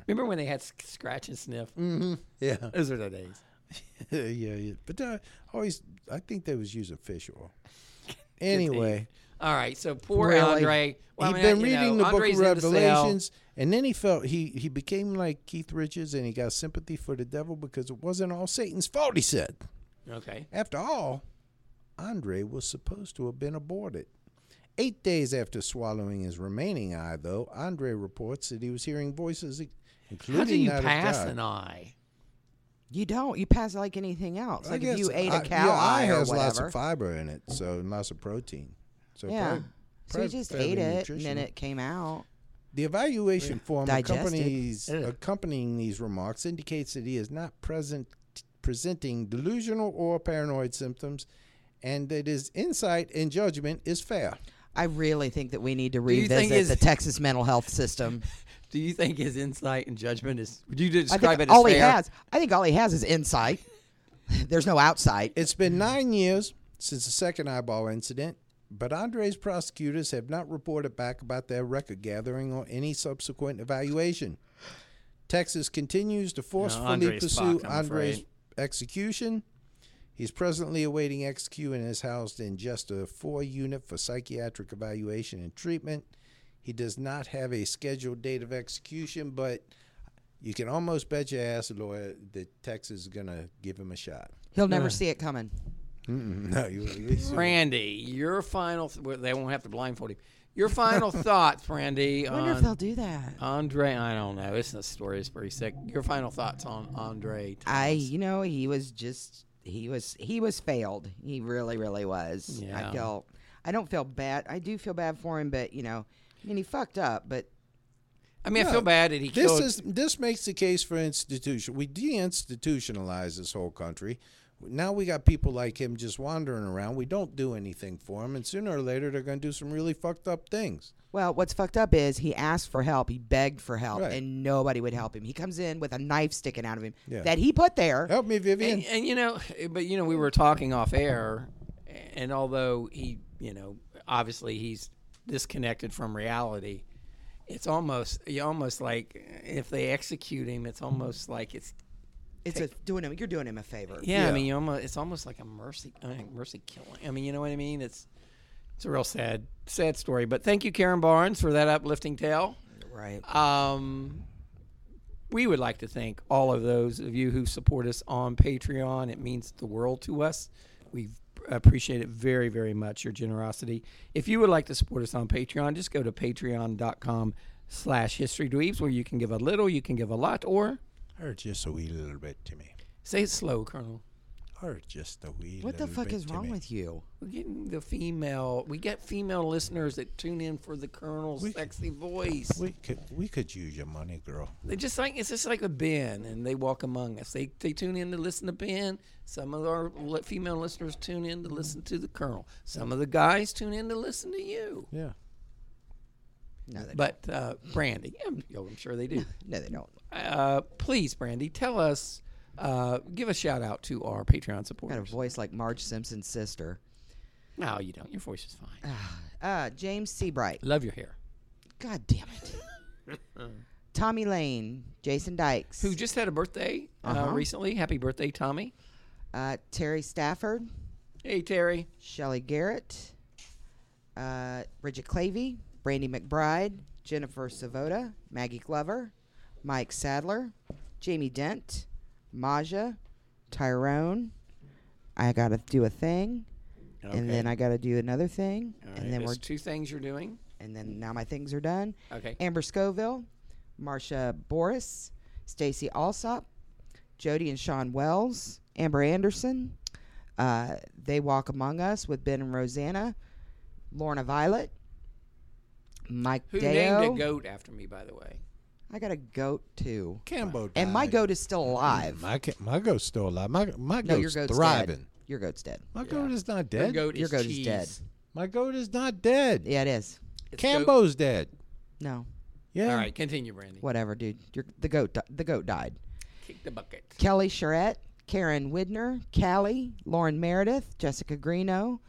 remember when they had sc- scratch and sniff?
Mm. yeah
Those are the days.
yeah yeah. But uh, always, I think they was using fish oil. Anyway.
All right, so poor
Really?
Andre. Well, I
He'd
mean,
been
you
reading
know,
the book
Andre's
of
in the cell.
Revelations, and then he felt he he became like Keith Richards, and he got sympathy for the devil because it wasn't all Satan's fault. He said,
Okay.
after all, Andre was supposed to have been aborted. Eight days after swallowing his remaining eye, though, Andre reports that he was hearing voices,
How do
including
you
that of
pass
God.
an eye?
You don't. You pass it like anything else.
I
like if
guess
you ate
I-
a cow
yeah,
eye
eye
or
has
whatever.
lots of fiber in it, so lots of protein. So
yeah.
prob-
so you
prob-
just
fairly
ate it and
nutritional.
then it came out.
The evaluation form
Digested.
accompanies,
Yeah.
accompanying these remarks indicates that he is not present presenting delusional or paranoid symptoms, and that his insight and judgment is fair.
I really think that we need to
you think
revisit
is-
the Texas mental health system.
Do you think his insight and judgment is? Would you
I
describe
think
it as
all
fair?
he has, I think all he has is insight. There's no outside.
It's been nine years since the second eyeball incident, but Andre's prosecutors have not reported back about their record gathering or any subsequent evaluation. Texas continues to forcefully
Andre's
pursue
fucked, I'm
Andre's
afraid.
execution. He's presently awaiting execution and is housed in just a four unit for psychiatric evaluation and treatment. He does not have a scheduled date of execution, but you can almost bet your ass, lawyer, that Texas is going to give him a shot.
He'll never see it coming.
Mm-mm, no, you, you
Brandy, your final. Th- well, they won't have to blindfold him. Your final thoughts, Brandy.
I wonder if
on
they'll do that.
Andre, I don't know. This is- story is pretty sick. Your final thoughts on Andre?
I, you know, he was just he was he was failed. He really, really was.
Yeah.
I feel I don't feel bad. I do feel bad for him, but you know, I mean, he fucked up. But
I mean, I feel bad that he
this
killed.
is this makes the case for institution. We deinstitutionalize this whole country. Now we got people like him just wandering around. We don't do anything for him, and sooner or later they're going to do some really fucked up things.
well, what's fucked up is he asked for help. He begged for help,
Right.
and nobody would help him. He comes in with a knife sticking out of him
Yeah.
that he put there.
Help me, Vivian.
and, and you know, but you know, we were talking off air, and although he, you know, obviously he's disconnected from reality. It's almost, you almost like if they execute him, it's almost like it's
It's a doing him. You're doing him a favor.
Yeah, I
Yeah.
mean, you almost, it's almost like a mercy, I mean, mercy killing. I mean, you know what I mean? It's it's a real sad, sad story. But thank you, Karen Barnes, for that uplifting tale.
Right.
Um, we would like to thank all of those of you who support us on Patreon. It means the world to us. We appreciate it very, very much, your generosity. If you would like to support us on Patreon, just go to patreon.com slash historydweebs where you can give a little, you can give a lot, or
Hurt just a wee little bit to me.
say it slow, Colonel.
Hurt just a wee.
What the fuck is wrong with you?
We're getting the female. We get female listeners that tune in for the Colonel's
We-
sexy voice.
We could we could use your money, girl.
They just like it's just like a Ben, and they walk among us. They they tune in to listen to Ben. Some of our li- female listeners tune in to listen to the Colonel. Some of the guys tune in to listen to you.
Yeah.
No, they
But uh, Brandy, I'm, yo, I'm sure they do.
no, they don't.
Uh, please, Brandy, tell us. Uh, give a shout out to our Patreon
Got a
supporters.
voice like Marge Simpson's sister.
No, you don't. Your voice is fine.
Uh, James Seabright.
Love your hair.
God damn it. Tommy Lane, Jason Dykes,
Who just had a birthday uh,
Uh-huh.
recently? Happy birthday, Tommy.
uh, Terry Stafford,
Hey, Terry.
Shelley Garrett, uh, Bridget Clavey, Brandy McBride, Jennifer Savoda, Maggie Glover, Mike Sadler, Jamie Dent, Maja, Tyrone. I got to do a thing, and then I got to do another thing, and then we're
There's two things you're doing.
and then now my things are done.
Okay.
Amber Scoville, Marsha Boris, Stacy Alsop, Jody and Sean Wells, Amber Anderson. Uh, they walk among us with Ben and Rosanna, Lorna Violet, Mike
Who
Deo.
named a goat after me, by the way?
I got a goat too,
Cambo.
and my
died.
goat is still alive.
Uh, My ca- my goat's still alive. My my
no,
goat's,
your goat's
thriving.
dead. Your goat's dead.
My goat is not
Your
dead.
goat
Your
is
goat
cheese.
is dead.
My goat is not dead.
Yeah, it is.
It's goat-
Cambo's dead.
No,
Yeah.
All right, continue, Brandy.
whatever, dude. Your, the goat. di- The goat died.
Kick the bucket.
Kelly Charette, Karen Widner, Callie, Lauren Meredith, Jessica Greeno,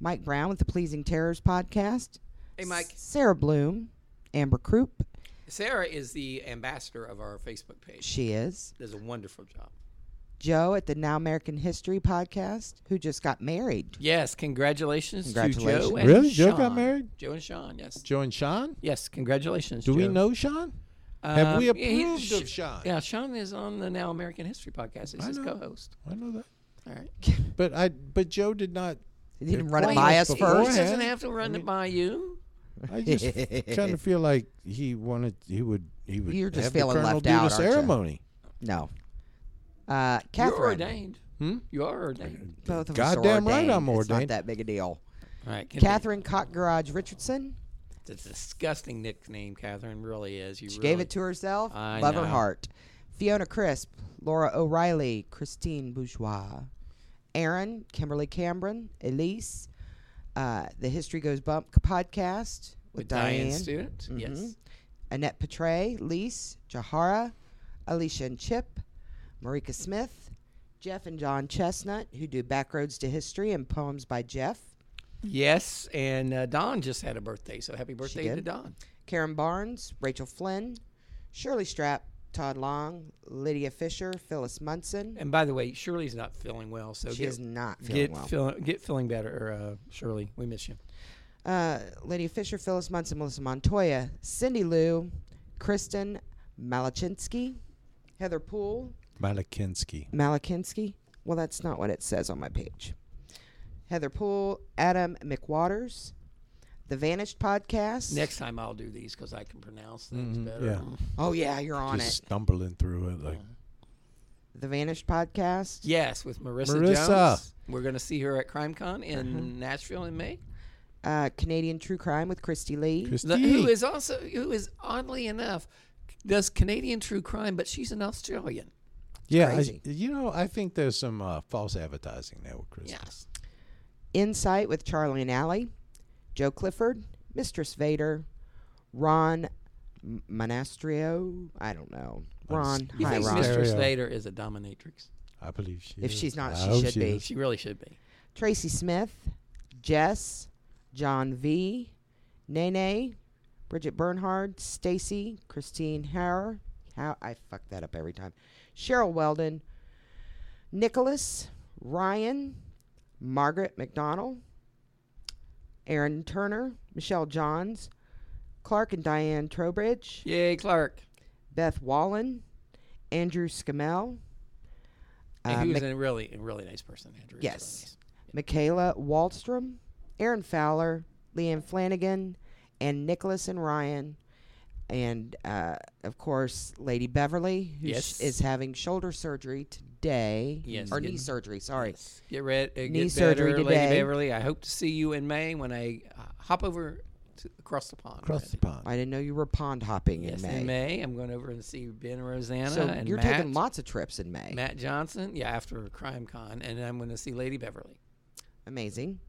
Mike Brown with the Pleasing Terrors podcast.
Hey, Mike.
Sarah Bloom, Amber Croup,
Sarah is the ambassador of our Facebook page.
she is.
Does a wonderful job.
Joe at the Now American History podcast, who just got married.
Yes, congratulations, to Joe
Congratulations.
and
Really? Joe got
Sean.
married?
Joe and Sean, yes.
Joe and Sean.
Yes, congratulations.
Do we
Joe.
know Sean?
Um,
Have we
yeah, he-
approved of
Sh-
Sean?
Yeah, Sean is on the Now American History podcast. He's
I
his
know.
co-host.
I know that.
All right.
But I but Joe did not.
He didn't run it
Well,
by
he-
us
he-
first.
He doesn't
Yeah.
have to run it by you.
I just kind of feel like he wanted he would he would
You're just
have the
feeling
colonel
left
do
out,
the
aren't you?
ceremony.
No. Uh, Catherine.
You're ordained. Hmm? You are ordained.
Both of us are
Goddamn right I'm
ordained. It's not
ordained.
that big a deal.
All right, continue.
Catherine Cock Garage Richardson.
It's a disgusting nickname, Catherine. Really is. You
She
really,
gave it to herself.
I
Love
know.
her heart. Fiona Crisp, Laura O'Reilly, Christine Bourgeois, Aaron, Kimberly Cameron, Elise, uh, The History Goes Bump podcast with,
with Diane,
Diane, Mm-hmm.
Student. Yes.
Annette Petray, Lise, Jahara, Alicia and Chip, Marika Smith, Jeff and John Chestnut, who do Backroads to History and Poems by Jeff,
Yes, and uh, Don just had a birthday, so happy birthday to
did.
Don.
Karen Barnes, Rachel Flynn, Shirley Strapp, Todd Long, Lydia Fisher, Phyllis Munson.
And by the way, Shirley's not feeling well, so
She
get,
is not feeling
get
well.
feel- get feeling better, uh, Shirley. We miss you.
uh, Lydia Fisher, Phyllis Munson, Melissa Montoya, Cindy Lou, Kristen Malachinsky, Heather Poole,
Malakinsky.
Malakinsky. Well, that's not what it says on my page. Heather Poole, Adam McWaters, The Vanished Podcast.
Next time I'll do these because I can pronounce things better.
Mm-hmm, yeah.
Oh, yeah, you're on
Just
it.
stumbling through it like
The Vanished Podcast.
Yes, with Marissa,
Marissa.
Jones. We're going to see her at CrimeCon in
Uh-huh.
Nashville in May.
Uh, Canadian True Crime with Christy Lee.
Christy.
The- who is also who is oddly enough does Canadian true crime, but she's an Australian.
yeah, I-
crazy.
you know, I think there's some uh, false advertising there with Chris.
Yes.
Insight with Charlie and Allie, Joe Clifford, Mistress Vader, Ron M- Monastrio. I don't know. Ron.
You
Hi,
think
Ron.
Mistress
Stereo.
Vader is a dominatrix?
I believe she.
If
is.
she's not,
I
she
hope
should be.
is.
She really should be.
Tracy Smith, Jess, John V, Nene, Bridget Bernhard, Stacy, Christine Hauer. How I fuck that up every time. Cheryl Weldon, Nicholas, Ryan, Margaret McDonald, Aaron Turner, Michelle Johns, Clark and Diane Trowbridge,
Yay, Clark.
Beth Wallen, Andrew Scamell,
And
Uh,
he was
Mc-
a really, a really nice person, Andrew. He was really
Yes. Michaela Waldstrom, Aaron Fowler, Leanne Flanagan, and Nicholas and Ryan. And uh, of course, Lady Beverly, who
Yes.
is having shoulder surgery today.
Yes,
Or
good.
knee surgery, sorry.
nice. Get ready. Uh,
Knee
get
surgery
better,
today.
Lady Beverly. I hope to see you in May when I uh, hop over to, across the pond.
Across the
Randy.
pond.
I didn't know you were pond hopping
Yes,
in May.
in May I'm going over and see Ben and Rosanna
So
and
you're
Matt,
taking lots of trips in May.
Matt Johnson. Yeah, after Crime Con, and I'm going to see Lady Beverly.
Amazing.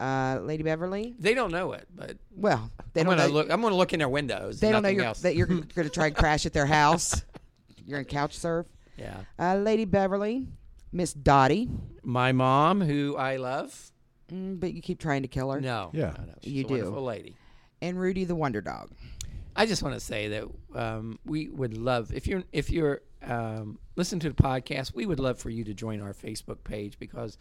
Uh, Lady Beverly,
They don't know it, but
well, they
I'm
don't
gonna
know,
look. I'm going to look in their windows.
they don't know
nothing
you're,
else.
that you're going to try and crash at their house. You're going to couch surf.
yeah.
Uh, Lady Beverly, Miss Dottie,
My mom, who I love.
mm, but you keep trying to kill her.
No.
Yeah.
No, no. She's
You
a
do.
wonderful lady.
And Rudy the Wonder Dog.
I just want to say that um, we would love if you're if you're um, listening to the podcast, we would love for you to join our Facebook page because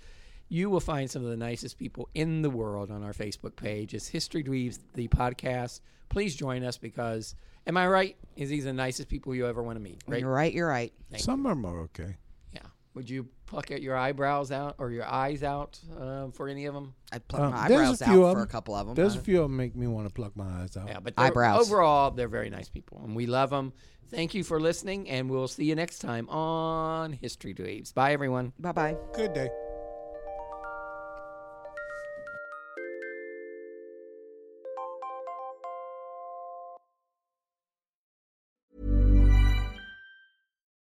you will find some of the nicest people in the world on our Facebook page. It's History Dweebs the podcast. Please join us because am I right? Is these the nicest people you ever want to meet? Right?
You're right. You're right.
Some of them are okay.
Yeah. Would you pluck out your eyebrows out or your eyes out um, for any of them?
I plucked
Um,
my
there's
eyebrows
a few
out
of
for a
'em.
couple of them.
There's a few of them make me want to pluck my eyes out.
Yeah, but they're-
Eyebrows.
overall, they're very nice people, and we love them. Thank you for listening, and we'll see you next time on History Dweebs. Bye, everyone.
bye bye.
Good day.